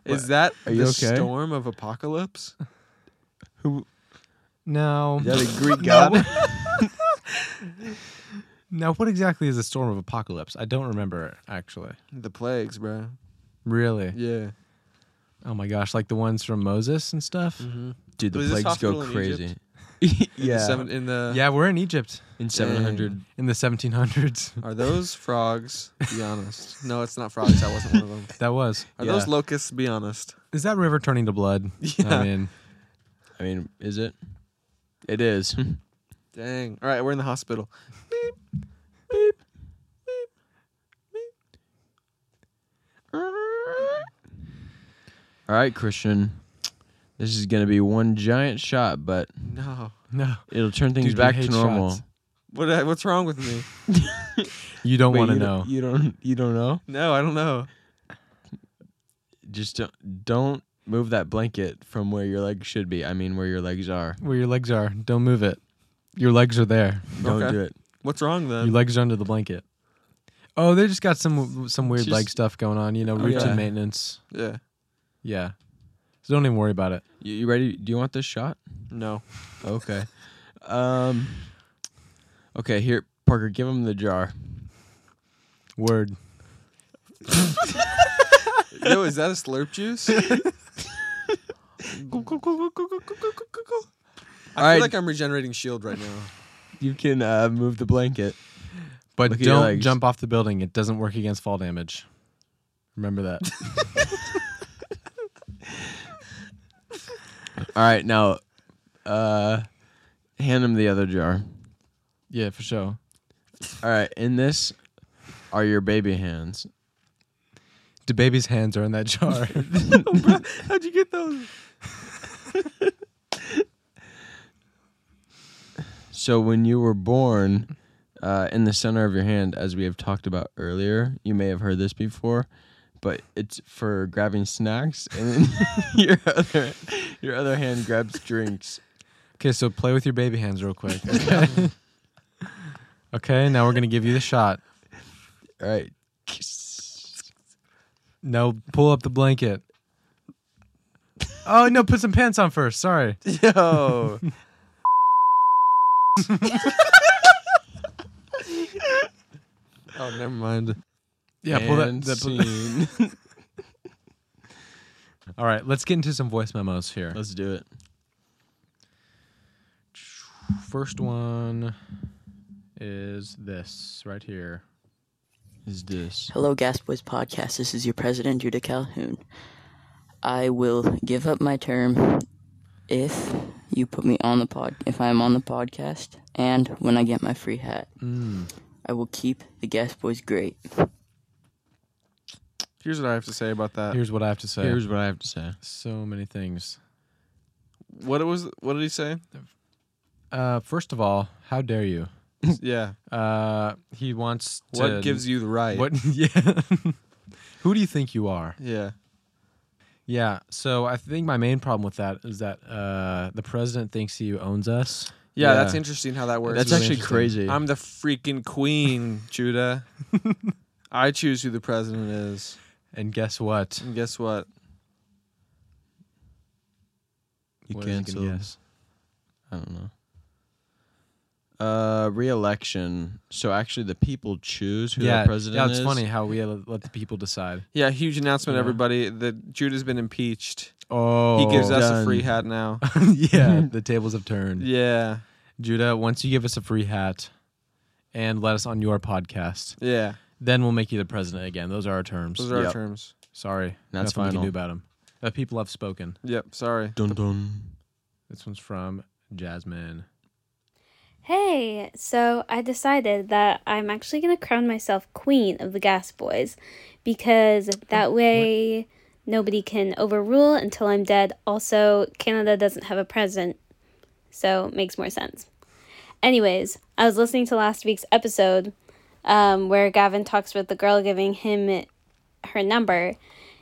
C: is that
B: Are you
C: the
B: okay?
C: storm of apocalypse?
B: Who?
A: Now,
B: Is that a Greek god?
A: now, what exactly is the storm of apocalypse? I don't remember actually.
C: The plagues, bro.
A: Really?
C: Yeah.
A: Oh my gosh, like the ones from Moses and stuff.
C: Mm-hmm.
B: Dude, the
C: Was this
B: plagues
C: hospital
B: go
C: in
B: crazy.
C: In
B: yeah.
C: the, seven, in the
A: Yeah, we're in Egypt
B: in 700.
A: in the 1700s.
C: Are those frogs? Be honest. No, it's not frogs. That wasn't one of them.
A: that was.
C: Are those
B: Yeah.
C: locusts? Be honest.
A: Is that river turning to blood?
C: Yeah.
A: I mean,
B: I mean, is it? It is.
C: Dang. All right, we're in the hospital.
B: All right, Christian. This is going to be one giant shot, but
C: No.
A: no.
B: it'll turn things
A: Dude, we
B: back
A: hate
B: to normal.
A: shots.
C: What? uh, What's wrong with me?
A: You don't
B: Wait,
A: want to
B: you
A: know.
B: You don't you don't know?
C: No, I don't know.
B: Just don't don't move that blanket from where your legs should be. I mean, where your legs are.
A: Where your legs are. Don't move it. Your legs are there.
B: Don't
C: Okay.
B: do it.
C: What's wrong then?
A: Your legs are under the blanket. Oh, they just got some some weird leg
B: Just-
A: stuff going on. You know,
B: Oh,
A: routine
B: yeah.
A: maintenance.
C: yeah.
A: Yeah. So don't even worry about it.
B: You, you ready? Do you want this shot?
C: No.
B: Okay. Um Okay, here Parker, give him the jar.
A: Word.
C: Yo, is that a slurp juice? I feel
B: All right,
C: like I'm regenerating shield E right now.
B: you can uh, move the blanket.
A: But
B: Look at your
A: don't
B: legs.
A: jump off the building. It doesn't work against fall damage. Remember that.
B: All right, now uh hand him the other jar.
A: yeah, for sure.
B: All right, in this are your baby hands.
A: The baby's hands are in that jar.
C: How'd you get those?
B: So when you were born, uh, in the center of your hand, as we have talked about earlier, you may have heard this before, but it's for grabbing snacks, and then your other your other hand grabs drinks.
A: okay, so play with your baby hands real quick. Okay. okay, now we're gonna give you the shot.
B: All right.
A: No, pull up the blanket. Oh no, put some pants on first. Sorry.
C: Yo. oh, never mind.
A: Yeah, pull that.
B: And
A: that pull-
B: scene.
A: All right, let's get into some voice memos here.
B: Let's do it.
A: First one is this right here.
B: Is this?
D: Hello, Gas Boys Podcast. This is your president, Judah Calhoun. I will give up my term if you put me on the pod, if I am on the podcast, and when I get my free hat. I will keep the Gas Boys great.
C: Here's what I have to say about that.
A: Uh, Here's what I have to say.
B: Here's what I have to say.
A: so many things.
C: What it was? What did he say?
A: Uh, first of all, how dare you?
C: yeah.
A: Uh, he wants to.
C: What gives you the right?
A: What? Yeah. Who do you think you are?
C: Yeah.
A: Yeah. So I think my main problem with that is that uh, the president thinks he owns us.
C: yeah.
B: Yeah.
C: That's interesting how that works.
B: That's
A: really
B: actually
A: interesting.
B: crazy.
C: I'm the freaking queen, Judah. I choose who the president is,
A: And guess what?
C: and guess what?
B: You
A: What is he gonna
B: canceled.
A: guess?
B: I don't know. Uh, re-election. So actually, the people choose who
A: yeah,
B: the president
A: yeah, it's
B: is.
A: funny how we let let the people decide.
C: Yeah, huge announcement,
B: Yeah.
C: everybody. That Jude has been impeached.
A: Oh,
C: he gives us
B: done.
C: a free hat now.
A: yeah, the tables have turned.
C: yeah,
A: Judah, once you give us a free hat and let us on your podcast,
C: yeah.
A: then we'll make you the president again. Those are our terms.
C: Those are our
B: Yep.
C: terms.
A: Sorry,
B: That's
A: nothing we can
B: final.
A: do about them. The people have spoken.
C: Yep. Sorry.
B: Dun dun.
A: This one's from Jasmine.
E: Hey, so I decided that I'm actually going to crown myself queen of the Gas Boys because that way nobody can overrule until I'm dead. Also, Canada doesn't have a president, so it makes more sense. Anyways, I was listening to last week's episode um, where Gavin talks about the girl giving him her number.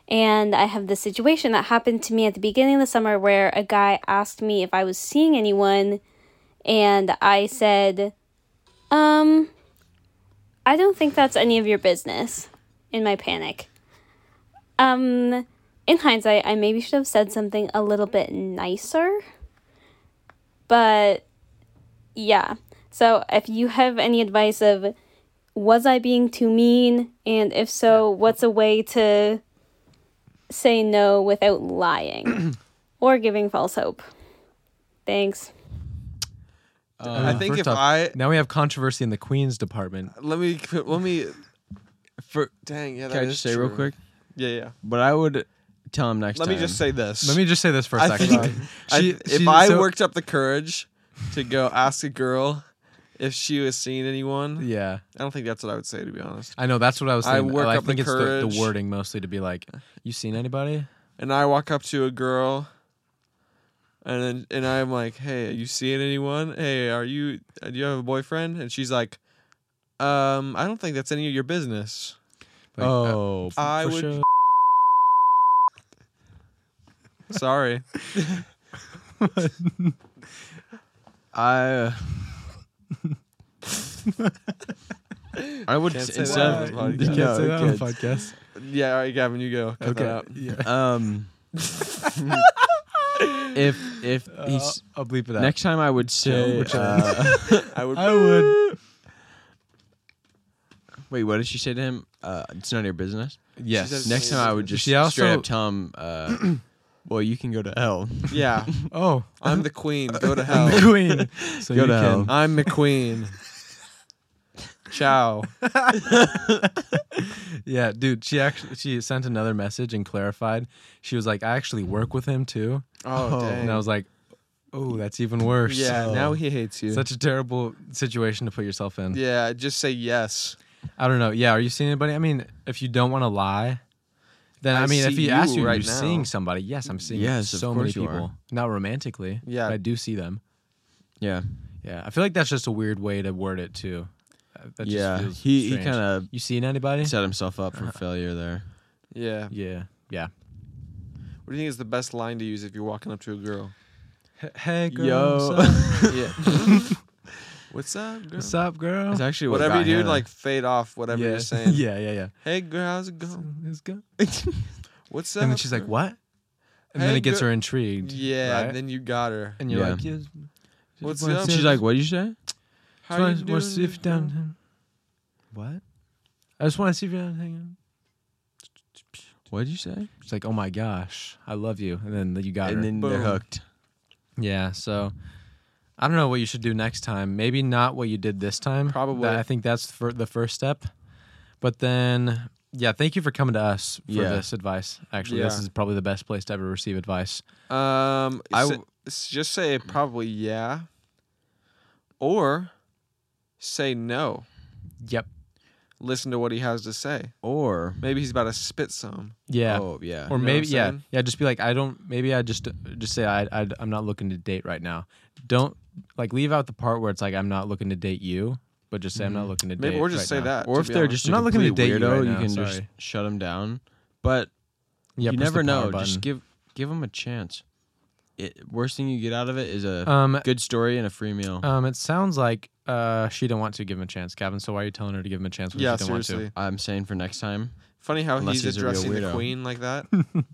E: And I have this situation that happened to me at the beginning of the summer where a guy asked me if I was seeing anyone and I said, um, I don't think that's any of your business in my panic. Um, in hindsight, I maybe should have said something a little bit nicer. But yeah. So if you have any advice of was I being too mean and if so, what's a way to say no without lying or giving false hope? Thanks.
A: Uh,
C: I think
A: first
C: if
A: off,
C: I
A: Now we have controversy in the Queen's department.
C: let me let me. For dang, yeah.
B: Can
C: that
B: I
C: is
B: just say real
C: true.
B: quick?
C: Yeah, yeah.
B: But I would tell him next
C: Let
B: time.
C: me just say this.
A: Let me just say this for a
C: I
A: second.
C: think- I-
A: She-
C: if
A: she-
C: I
A: so-
C: worked up the courage to go ask a girl if she was seeing anyone,
A: yeah,
C: I don't think that's what I would say to be honest.
A: I know that's what I was.
C: I
A: Thinking.
C: work
A: I
C: up the
A: think it's the,
C: courage.
A: the wording mostly to be like, "You seen anybody?"
C: And I walk up to a girl, and then and I'm like, "Hey, are you seeing anyone? Hey, are you? uh, Do you have a boyfriend?" And she's like, "Um, I don't think that's any of your business."
A: Like,
B: uh,
A: oh, f-
C: I
A: for
C: would-
A: sure.
C: Sorry. uh,
B: I. I would
C: Can't
B: s-
C: say
B: instead
C: that
B: of
C: on the
A: You
C: podcast.
A: can't
B: no,
A: say that on the
B: kids.
A: podcast. Uh,
C: yeah. All right, Gavin, you go. Cut that out.
A: Yeah.
B: um if if
C: Uh,
B: he's
A: I'll, I'll bleep it out.
B: next time I would say
A: we're chilling.
B: uh,
C: I would.
A: I would.
B: wait what did she say to him uh, it's none of your business
A: Yes.
C: says-
B: next time I would just
A: She also-
B: straight up tell him uh, well you can go to hell
C: Yeah.
A: oh,
C: I'm the queen. Go to
A: I'm the
C: hell.
A: Queen. So
B: Go
A: you
B: to
A: can-
B: hell.
C: I'm McQueen. Ciao.
A: Oh, Yeah, dude. She actually she sent another message and clarified. She was like, "I actually work with him too,"
C: Oh, dang.
A: and I was like, "Oh, that's even worse."
C: yeah,
A: Oh.
C: now he hates you.
A: Such a terrible situation to put yourself in.
C: yeah, just say yes.
A: I don't know. Yeah, are you seeing anybody? I mean, if you don't want to lie, then I,
C: I
A: mean, if
C: see
A: he asks
C: you
A: you,
C: right
A: you're
C: now.
A: seeing somebody. Yes, I'm seeing
B: Yes, of
A: so many
B: course you
A: people.
B: are.
A: Not romantically.
C: Yeah.
A: but I do see them.
B: yeah
A: Yeah, I feel like that's just a weird way to word it too. Uh, That just
B: yeah
A: feels
B: he, he
A: strange.
B: kind of
A: You seen anybody?
B: set himself up for failure there
C: Yeah.
A: Yeah, yeah.
C: What do you think is the best line to use if you're walking up to a girl?
A: Hey girl,
B: Yo.
A: what's, up?
C: Yeah. What's up, girl?
A: What's up, girl?
B: it's actually what
C: Whatever you
B: got
C: do,
B: him.
C: like fade off whatever
A: yeah.
C: you're saying.
A: yeah, yeah, yeah.
C: Hey, girl, how's it going?
A: It's good.
C: What's up?
A: And then she's like,
C: girl?"
A: "What?" And then
C: Hey,
A: it gets
C: girl-
A: her intrigued.
C: Yeah,
A: right?
C: and then you got her.
A: and you're
B: Yeah.
A: like, yeah,
C: What's
A: wanna
C: up?
A: see-
B: she's like what did you say
C: How
A: Just wanna-
C: are you
A: wanna
C: doing,
A: see if you're
C: girl?"
A: down. What? I just want to see if you're down hanging.
B: what did you say
A: She's like, oh my gosh, I love you, and then you got her.
B: and then they're
C: Boom.
B: hooked
A: yeah, so I don't know what you should do next time. Maybe not what you did this time.
C: Probably.
A: That- I think that's for the first step. But then, yeah, thank you for coming to us for
B: Yeah.
A: this advice. Actually, this
C: Yeah.
A: is probably the best place to ever receive advice.
C: Um,
B: I
C: I
B: w-
C: just say probably yeah, or say no.
A: Yep.
C: Listen to what he has to say.
B: or
C: Maybe he's about to spit some.
A: Yeah.
B: oh yeah
A: Or
C: know what
A: maybe
C: I'm
A: yeah
C: saying?
A: yeah just be like I don't maybe I just just say I, I I'm not looking to date right now. Don't like leave out the part where it's like I'm not looking to date you, but just say I'm not looking to
C: Mm-hmm. Maybe
A: date.
C: or just
A: right
C: say
A: now.
C: that.
B: or
C: to
B: if
C: be
B: they're
C: honest.
B: just
A: I'm
B: a
A: not looking to
B: complete
A: date you
B: weirdo,
A: right
B: you
A: now,
B: can just
A: sorry.
B: shut them down. But
A: Yeah,
B: you
A: push the
B: never know.
A: power button.
B: Just give give them a chance. It, worst thing you get out of it is a
A: um
B: good story and a free meal.
A: um it sounds like uh she didn't want to give him a chance, Gavin. So why are you telling her to give him a chance when
C: yeah,
A: she didn't
C: seriously.
A: want
B: I'm saying for next time.
C: Funny how
B: Unless
C: he's
B: he's a real
C: addressing the
B: weirdo.
C: queen like that.
A: to?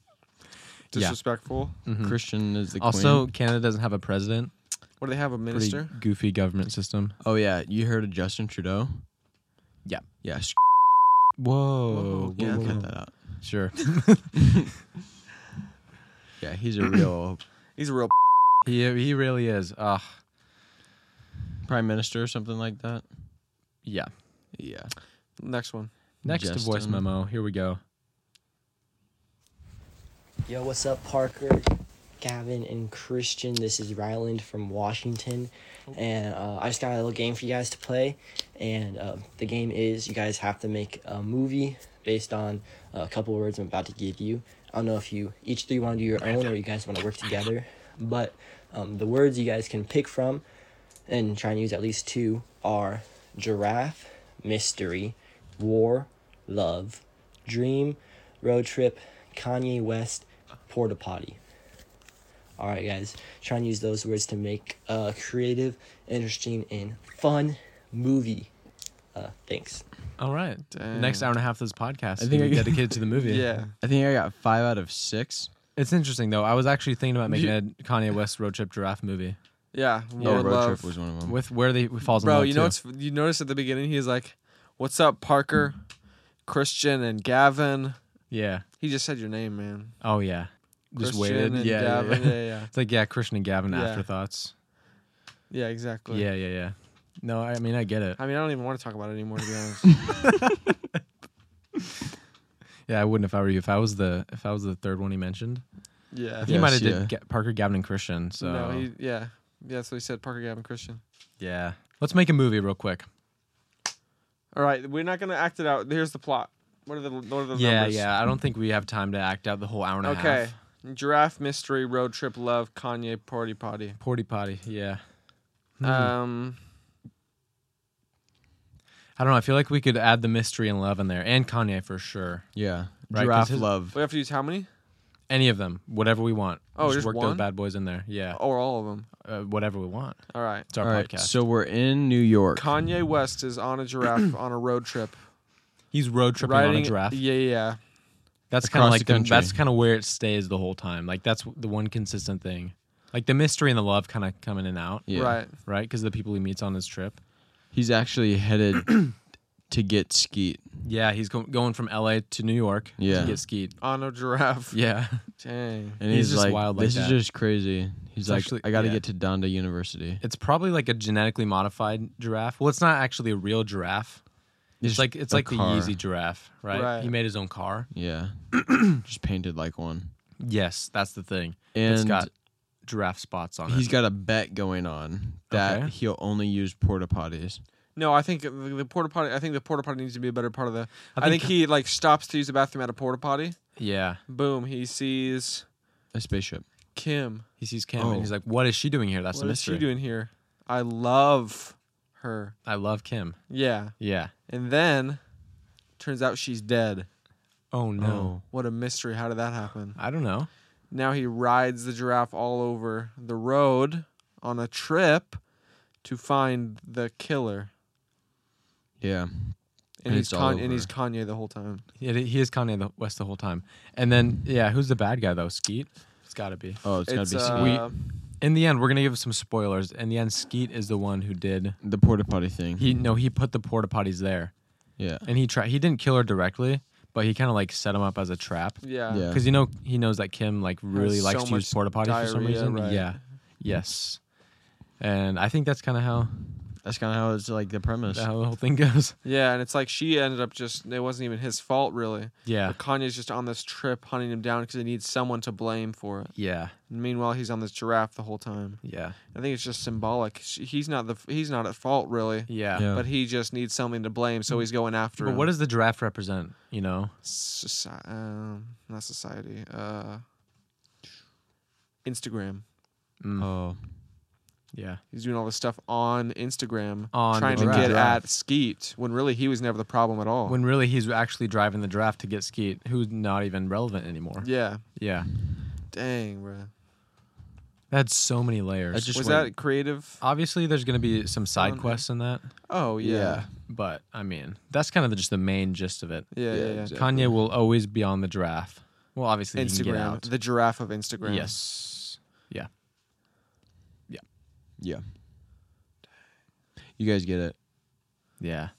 C: disrespectful.
B: Christian is
A: Mm-hmm.
B: the
A: hmm. Also,
B: queen.
A: Canada doesn't have a president.
C: What do they have? A
A: Pretty
C: minister?
A: goofy government system.
B: Oh yeah, you heard of Justin Trudeau?
A: Yeah.
B: Yeah. Sh-
A: Whoa.
B: yeah,
A: whoa, whoa.
B: cut that out.
A: Sure.
B: Yeah, he's a real
C: He's a real.
A: he he really is. Ah.
B: prime minister or something like that.
A: yeah.
B: Yeah.
C: Next one.
A: Next to voice
B: Justin.
A: memo. Here we go.
F: Yo, what's up, Parker, Gavin, and Christian? This is Ryland from Washington, and uh, I just got a little game for you guys to play. And uh, the game is you guys have to make a movie based on uh, a couple words I'm about to give you. I don't know if you each three want to do your own or you guys want to work together, but um, the words you guys can pick from and try and use at least two are giraffe, mystery, war, love, dream, road trip, Kanye West, porta potty. All right, guys, try and use those words to make a creative, interesting, and fun movie. Uh, thanks.
A: All right.
C: Dang.
A: Next hour and a half of this podcast. I
B: think
A: think
B: I-
A: I dedicated to the movie.
C: Yeah.
B: I think I got five out of six.
A: It's interesting though. I was actually thinking about making a Kanye West road trip giraffe movie
C: Yeah.
B: Yeah,
C: War
B: Oh, road
C: love.
B: trip was one of them.
A: with where they falls in
C: Bro,
A: love,
C: you know
A: too.
C: what's you notice at the beginning he's like, "What's up, Parker, Christian, and Gavin."
A: yeah.
C: He just said your name, man.
A: Oh yeah. Just
C: Christian
A: waited.
C: and
A: yeah, yeah,
C: Gavin.
A: yeah.
C: Yeah, yeah.
A: It's like yeah, Christian and Gavin
C: Yeah.
A: afterthoughts.
C: Yeah, exactly.
A: Yeah, yeah, yeah. No, I mean I get it.
C: I mean, I don't even want to talk about it anymore, to be honest.
A: Yeah, I wouldn't if I were you. If I was the if I was the third one he mentioned,
C: yeah.
A: he
B: Yes,
A: might have
B: yeah.
A: did Ga- Parker, Gavin, and Christian. So
C: No, he, yeah. Yeah, that's what he said, Parker, Gavin, Christian.
A: yeah, let's make a movie real quick.
C: All right, we're not going to act it out. Here's the plot. What are the, what are the
A: yeah,
C: numbers?
A: yeah. I don't think we have time to act out the whole hour and a
C: Okay.
A: half.
C: Giraffe mystery, road trip, love, Kanye, party, potty.
A: Porty potty. Yeah. Mm-hmm. Hmm.
C: Um,
A: I don't know. I feel like we could add the mystery and love in there, and Kanye for sure.
B: yeah.
A: Right, 'cause
B: Giraffe
A: his-
B: love.
C: we have to use how many?
A: Any of them, whatever we want.
C: Oh,
A: just
C: just
A: work
C: one?
A: those bad boys in there. Yeah,
C: Or all of them?
A: uh, whatever we want.
C: All right.
A: It's our
B: All right.
A: podcast.
B: So we're in New York.
C: Kanye West is on a giraffe on a road trip.
A: He's road tripping on a giraffe.
C: Yeah, yeah, yeah.
A: That's kind of
B: across
A: like
B: the
A: the,
B: country.
A: that's kind of where it stays the whole time. Like that's the one consistent thing. Like the mystery and the love kind of come in and out,
B: yeah.
C: Right.
A: right? Because the people he meets on his trip.
B: He's actually headed to get Skeet.
A: Yeah, he's go- going from L.A. to New York
B: Yeah.
A: to get skied.
C: On a giraffe.
A: Yeah,
C: Dang.
B: And
A: He's
B: he's,
A: just
B: like,
A: wild like
B: this is
A: that.
B: just crazy. He's like,
A: actually-
B: I got to
A: yeah.
B: get to Donda University.
A: it's probably like a genetically modified giraffe. Well, it's not actually a real giraffe. It's
B: Just
A: like it's
B: a
A: like
B: car.
A: the Yeezy giraffe, right?
C: Right.
A: He made his own car.
B: Yeah. just painted like one.
A: Yes, that's the thing. it's
B: And
A: got giraffe spots on
B: he's
A: it.
B: got a bet going on that
A: Okay.
B: he'll only use porta potties.
C: No, I think the, the porta potty. I think the porta potty needs to be a better part of the. I think,
A: think-
C: he like stops to use the bathroom at a porta potty.
A: Yeah,
C: Boom! He sees
B: A spaceship.
C: Kim.
A: he sees Kim
B: Oh.
A: and he's like, "What is she doing here? That's
C: What
A: a
C: is
A: mystery."
C: she doing here? I love her.
A: I love Kim.
C: Yeah,
A: Yeah.
C: and then turns out she's dead.
A: Oh no.
C: What a mystery! How did that happen?
A: I don't know.
C: Now he rides the giraffe all over the road on a trip to find the killer,
B: Yeah.
C: and,
B: And
C: he's
B: it's all
C: Kan- and
B: over.
C: he's Kanye the whole time.
A: Yeah, he is Kanye the West the whole time. And then yeah, who's the bad guy though? Skeet. It's got to be.
B: Oh, it's,
C: It's,
B: gotta be
C: uh,
B: Skeet.
A: In the end, we're gonna give some spoilers. In the end, Skeet is the one who did.
B: the porta potty thing.
A: He no, he put the porta potties there,
B: yeah.
A: and he tried. He didn't kill her directly, but he kind of like set him up as a trap.
C: yeah,
B: Yeah.
A: Because you know he knows that Kim like really
C: so
A: likes to use
C: much
A: porta potties for some
C: diarrhea,
A: reason.
C: right.
A: Yeah. Yes. And I think that's kind of how
B: That's kind of how it's like the premise.
A: how the whole thing goes.
C: yeah. And it's like she ended up just. It wasn't even his fault, really.
A: Yeah.
C: But Kanye's just on this trip hunting him down because he needs someone to blame for it.
A: Yeah.
C: And meanwhile, he's on this giraffe the whole time.
A: Yeah.
C: I think it's just symbolic. Sh- He's not the he's not at fault really,
A: Yeah. Mm.
B: Yeah.
C: but he just needs something to blame, so he's going after.
A: But
C: him.
A: what does the giraffe represent? You know.
C: Soci- um, not society? Uh, Instagram.
B: Oh,
A: Yeah.
C: He's doing all this stuff on Instagram,
A: On
C: trying
A: the
C: to get
A: giraffe.
C: at Skeet when really he was never the problem at all.
A: When really he's actually driving the draft to get Skeet, who's not even relevant anymore.
C: yeah,
A: Yeah.
C: dang, bro.
A: That's so many layers.
B: I just
C: was
B: went-
C: that creative?
A: Obviously, there's going to be some side
C: Um,
A: quests in that,
C: Oh Uh, yeah,
A: but I mean, that's kind of just the main gist of it.
C: yeah, yeah. yeah,
B: Yeah,
C: yeah.
B: exactly.
A: Kanye will always be on the draft. Well, obviously you can get
C: Instagram,
A: out.
C: the giraffe of Instagram.
A: Yes. Yeah.
B: Yeah. You guys get it.
A: Yeah.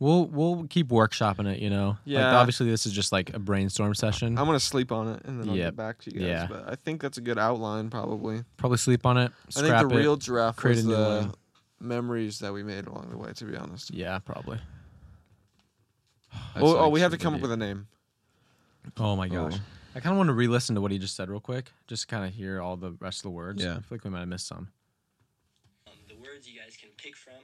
A: We'll we'll keep workshopping it, you know. Like
C: Yeah.
A: obviously this is just like a brainstorm session.
C: I'm gonna sleep on it and then I'll
A: Yep.
C: get back to you guys.
A: Yeah.
C: But I think that's a good outline, probably.
A: Probably sleep on it,
C: I
A: scrap
C: think the
A: it.
C: real giraffe
A: create
C: was
A: a new
C: the
A: one.
C: memories that we made along the way. To be honest.
A: yeah, probably.
C: Oh, oh, we have to come up with a name.
A: Oh my gosh.
B: Oh.
A: I kind of want to re-listen to what he just said real quick, just kind of hear all the rest of the words. I
B: Yeah.
A: feel like we might have missed some.
F: Um, the words you guys can pick from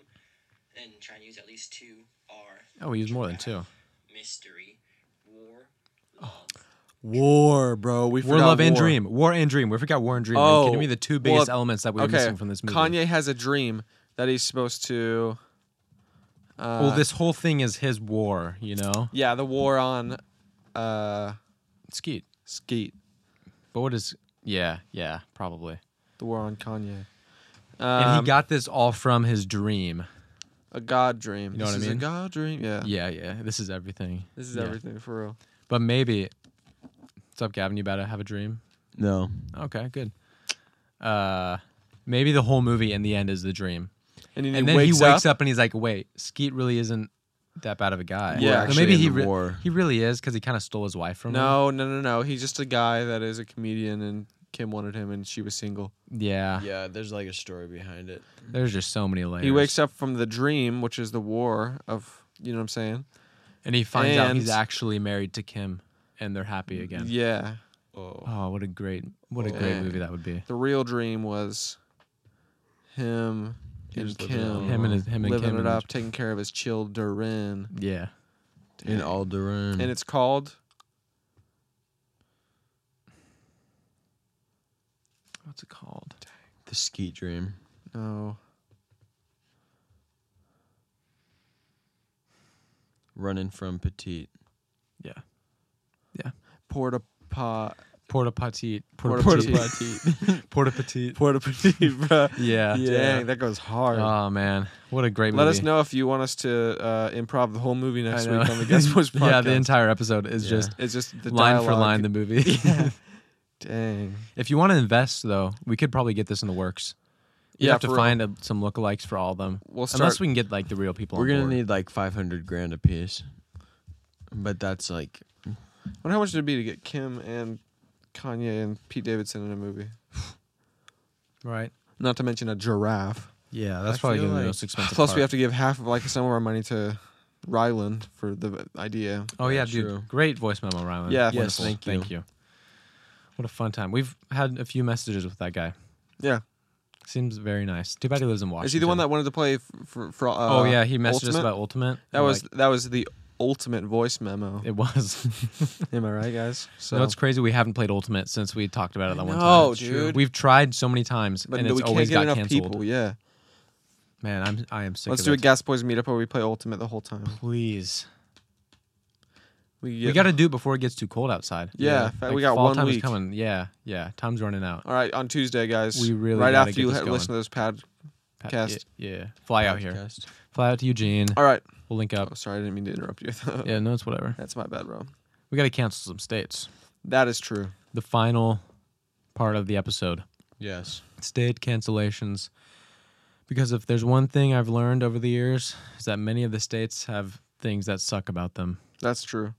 F: and try and use at least two are
A: Oh, we used more than two.
F: giraffe, mystery, war,
C: War, bro. We
A: War,
C: forgot
A: love, and
C: war.
A: dream. War and dream. We forgot war and dream. Are you kidding
C: Oh,
A: me? The two
C: well,
A: biggest elements that we were
C: okay,
A: missing from this movie.
C: Kanye has a dream that he's supposed to. Uh,
A: well, this whole thing is his war, you know.
C: Yeah, the war on, uh,
A: Skeet.
C: Skeet.
A: But what is? Yeah, yeah, probably.
C: The war on Kanye. Um,
A: and he got this all from his dream.
C: a god dream.
A: You know
C: This
A: what I
C: is
A: mean?
C: A god dream. Yeah.
A: Yeah, yeah. This is everything.
C: This is
A: Yeah.
C: everything for real.
A: But maybe. What's up, Gavin? You about to have a dream?
B: No.
A: Okay, good. Uh, maybe the whole movie in the end is the dream.
C: And, he
A: and then he wakes up. and he's like, "Wait, Skeet really isn't that bad of a guy."
C: Yeah,
A: Or
B: actually
A: maybe
B: in
A: he
B: the
A: re-
B: war.
A: he really is because he kind of stole his wife from him.
C: No, no, no, no. He's just a guy that is a comedian, and Kim wanted him, and she was single.
A: Yeah,
B: Yeah, there's like a story behind it.
A: there's just so many layers.
C: He wakes up from the dream, which is the war of. You know what I'm saying?
A: and he finds out he's
C: and- Mm,
A: actually married to Kim, and they're happy again.
C: Yeah.
A: Oh, what a great, what a great
C: Yeah.
A: movie that would be.
C: The real dream was him and
B: living it
C: Kim,
B: up.
A: Him and his- him and
C: living
A: Kim
C: it
A: and-
C: up, taking care of his children,
A: Yeah,
B: In Alderaan.
A: Mm.
C: and it's called
A: what's it called?
B: the Skeet Dream.
C: no.
B: Running from Petite.
C: Porta pot.
A: Porta Petite.
C: Porta
A: Petite. Porta Petite.
C: Porta Petite, bro.
A: Yeah.
C: Dang, that goes hard.
A: Oh man, what a great
C: Let
A: movie.
C: us know if you want us to uh, improv the whole movie
A: I
C: next
A: know.
C: week on the Guest Boys podcast.
A: yeah, the entire episode is
B: Yeah.
A: just
C: it's just the
A: line for
C: dialogue.
A: line the movie.
C: Dang.
A: If you want to invest, though, we could probably get this in the works. You
C: Yeah,
A: have to
C: for real.
A: find a, some lookalikes for all of them,
C: We'll
A: unless
C: start-
A: we can get like the real people.
B: We're
A: on
B: gonna
A: board.
B: need like 500 grand a piece. But that's like
C: wonder how much it'd be to get Kim and Kanye and Pete Davidson in a movie.
A: right.
C: Not to mention a giraffe.
A: Yeah, that's
B: I
A: probably
B: feel
A: gonna be the
B: like-
A: most expensive.
C: Plus, we have
A: part.
C: to give half of like some of our money to Ryland for the idea.
A: Oh yeah,
B: Yeah,
A: dude,
B: true.
A: great voice memo, Rylan.
C: Yeah. Yes,
A: Wonderful.
B: thank you.
A: Thank you. What a fun time. We've had a few messages with that guy.
C: Yeah.
A: Seems very nice. Too bad he lives in Washington.
C: Is he the one that wanted to play f- for? for uh,
A: oh yeah, he messaged us
C: Ultimate?
A: about Ultimate.
C: That
A: and,
C: was
A: like,
C: that was the ultimate voice memo.
A: it was.
C: Am I right, guys? So
A: No, it's crazy. We haven't played Ultimate since we talked about it that one time.
C: know, dude.
A: We've tried so many times,
C: but
A: and
C: no,
A: it's
C: we can't
A: always
C: get
A: got
C: enough
A: canceled.
C: people. Yeah,
A: Man, I'm I am sick.
C: let's
A: of
C: do a
A: it.
C: Gas Boys meetup where we play ultimate the whole time.
A: Please,
C: We,
A: we got to do it before it gets too cold outside.
C: Yeah, in fact, we got
A: fall
C: one
A: time is
C: week.
A: coming. Yeah, yeah, time's running out.
C: All right, on Tuesday, guys.
A: We really
C: right
A: gotta
C: after
A: get
C: you
A: this
C: ha- listen to
A: going.
C: this pad.
A: Pat-
C: Cast.
A: Yeah, yeah. fly out here.
B: podcast.
A: Fly out to Eugene.
C: All right.
A: We'll link
C: Oh,
A: up.
C: sorry, I didn't mean to interrupt you.
A: Yeah, no, it's whatever.
C: That's my bad, bro.
A: We got to cancel some states.
C: That is true.
A: The final part of the episode.
B: Yes.
A: state cancellations because if there's one thing I've learned over the years is that many of the states have things that suck about them.
C: That's true.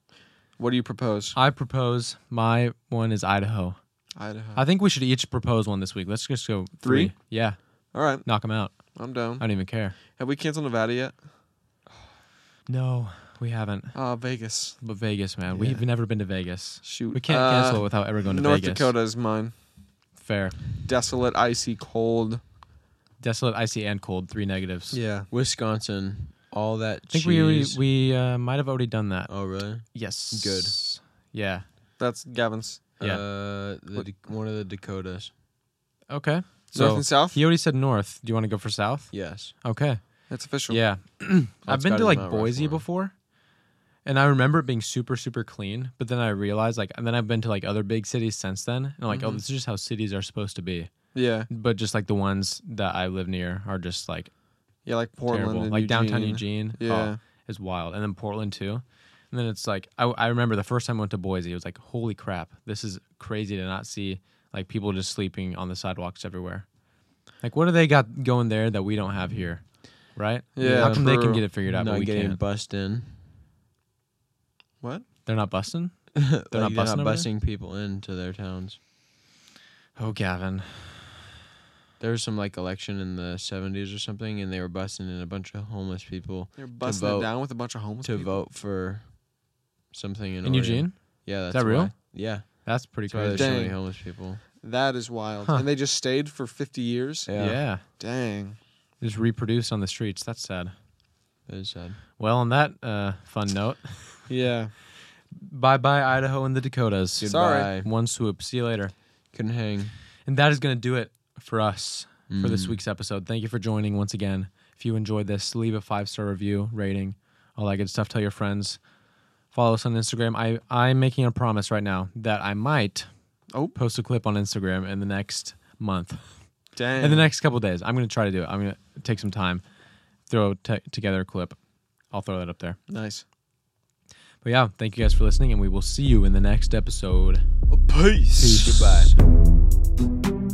C: What do you propose?
A: I propose my one is Idaho.
C: Idaho.
A: I think we should each propose one this week. Let's just go three.
C: Three?
A: Yeah,
C: All right,
A: knock them out.
C: I'm down.
A: I don't even care.
C: Have we canceled Nevada yet?
A: No, we haven't.
C: Uh, Vegas.
A: But Vegas, man, we've never been to Vegas.
C: Shoot.
A: We can't
C: Uh,
A: cancel it without ever going to
C: North
A: Vegas.
C: Dakota is mine.
A: Fair.
C: Desolate, icy, cold.
A: Desolate, icy, and cold. Three negatives.
C: Yeah.
B: Wisconsin. All that
A: I think
B: cheese.
A: we we uh, might have already done that.
B: oh really?
A: Yes.
B: Good.
A: Yeah.
C: That's Gavin's.
A: Yeah.
B: Uh, the, Da- one of the Dakotas.
A: Okay. So
C: North and South?
A: He already said north. Do you want to go for south?
B: Yes.
A: Okay.
C: That's official.
A: Yeah. I've
B: That's
A: been
B: gotta
A: to
B: be
A: like
B: Mount
A: Boise
B: Rushmore.
A: before. And I remember it being super, super clean. But then I realized like and then I've been to like other big cities since then. And I'm like,
B: Mm-hmm.
A: oh, this is just how cities are supposed to be.
C: Yeah.
A: But just like the ones that I live near are just like
C: Yeah, like Portland
A: terrible.
C: and
A: Like downtown
C: Eugene.
A: Eugene. oh,
C: Yeah.
A: is wild. And then Portland too. And then it's like I, I remember the first time I went to Boise, it was like, holy crap, this is crazy to not see like people just sleeping on the sidewalks everywhere. Like, what do they got going there that we don't have here, right?
C: Yeah,
A: how come they can
C: true.
A: get it figured out,
B: not
A: but we
B: getting
A: can't?
B: bussed in.
C: What?
A: They're not busting.
B: they're
A: not bussing over there?
B: busing people into their towns.
A: Oh, Gavin.
B: There was some like election in the '70s or something, and they were busing in a bunch of homeless people
C: They're busting
B: vote-
C: it down with a bunch of homeless
B: to
C: people.
B: vote for something in,
A: In
B: Oregon.
A: Eugene,
B: Yeah, that's
A: that real?
B: why. Yeah,
A: that's pretty
B: that's why there's
A: crazy.
B: so
C: Dang.
B: many homeless people.
C: That is wild.
A: Huh.
C: And they just stayed for 50 years.
A: Yeah.
C: Dang.
A: just reproduce on the streets. That's sad.
B: that is sad.
A: Well, on that uh, fun note,
C: Yeah.
A: bye bye Idaho and the Dakotas.
C: Goodbye. Sorry.
B: Goodbye.
A: One swoop. See you later.
B: Couldn't hang.
A: And that is going to do it for us for this
B: Mm.
A: week's episode. Thank you for joining once again. If you enjoyed this, leave a five star review, rating, all that good stuff. Tell your friends. Follow us on Instagram. I, I'm making a promise right now that I might
C: Oh.
A: post a clip on Instagram in the next month.
C: Dang.
A: In the next couple days, I'm going to try to do it. I'm going to take some time, throw t- together a clip. I'll throw that up there.
C: nice.
A: But yeah, thank you guys for listening, and we will see you in the next episode.
C: Peace.
A: Goodbye.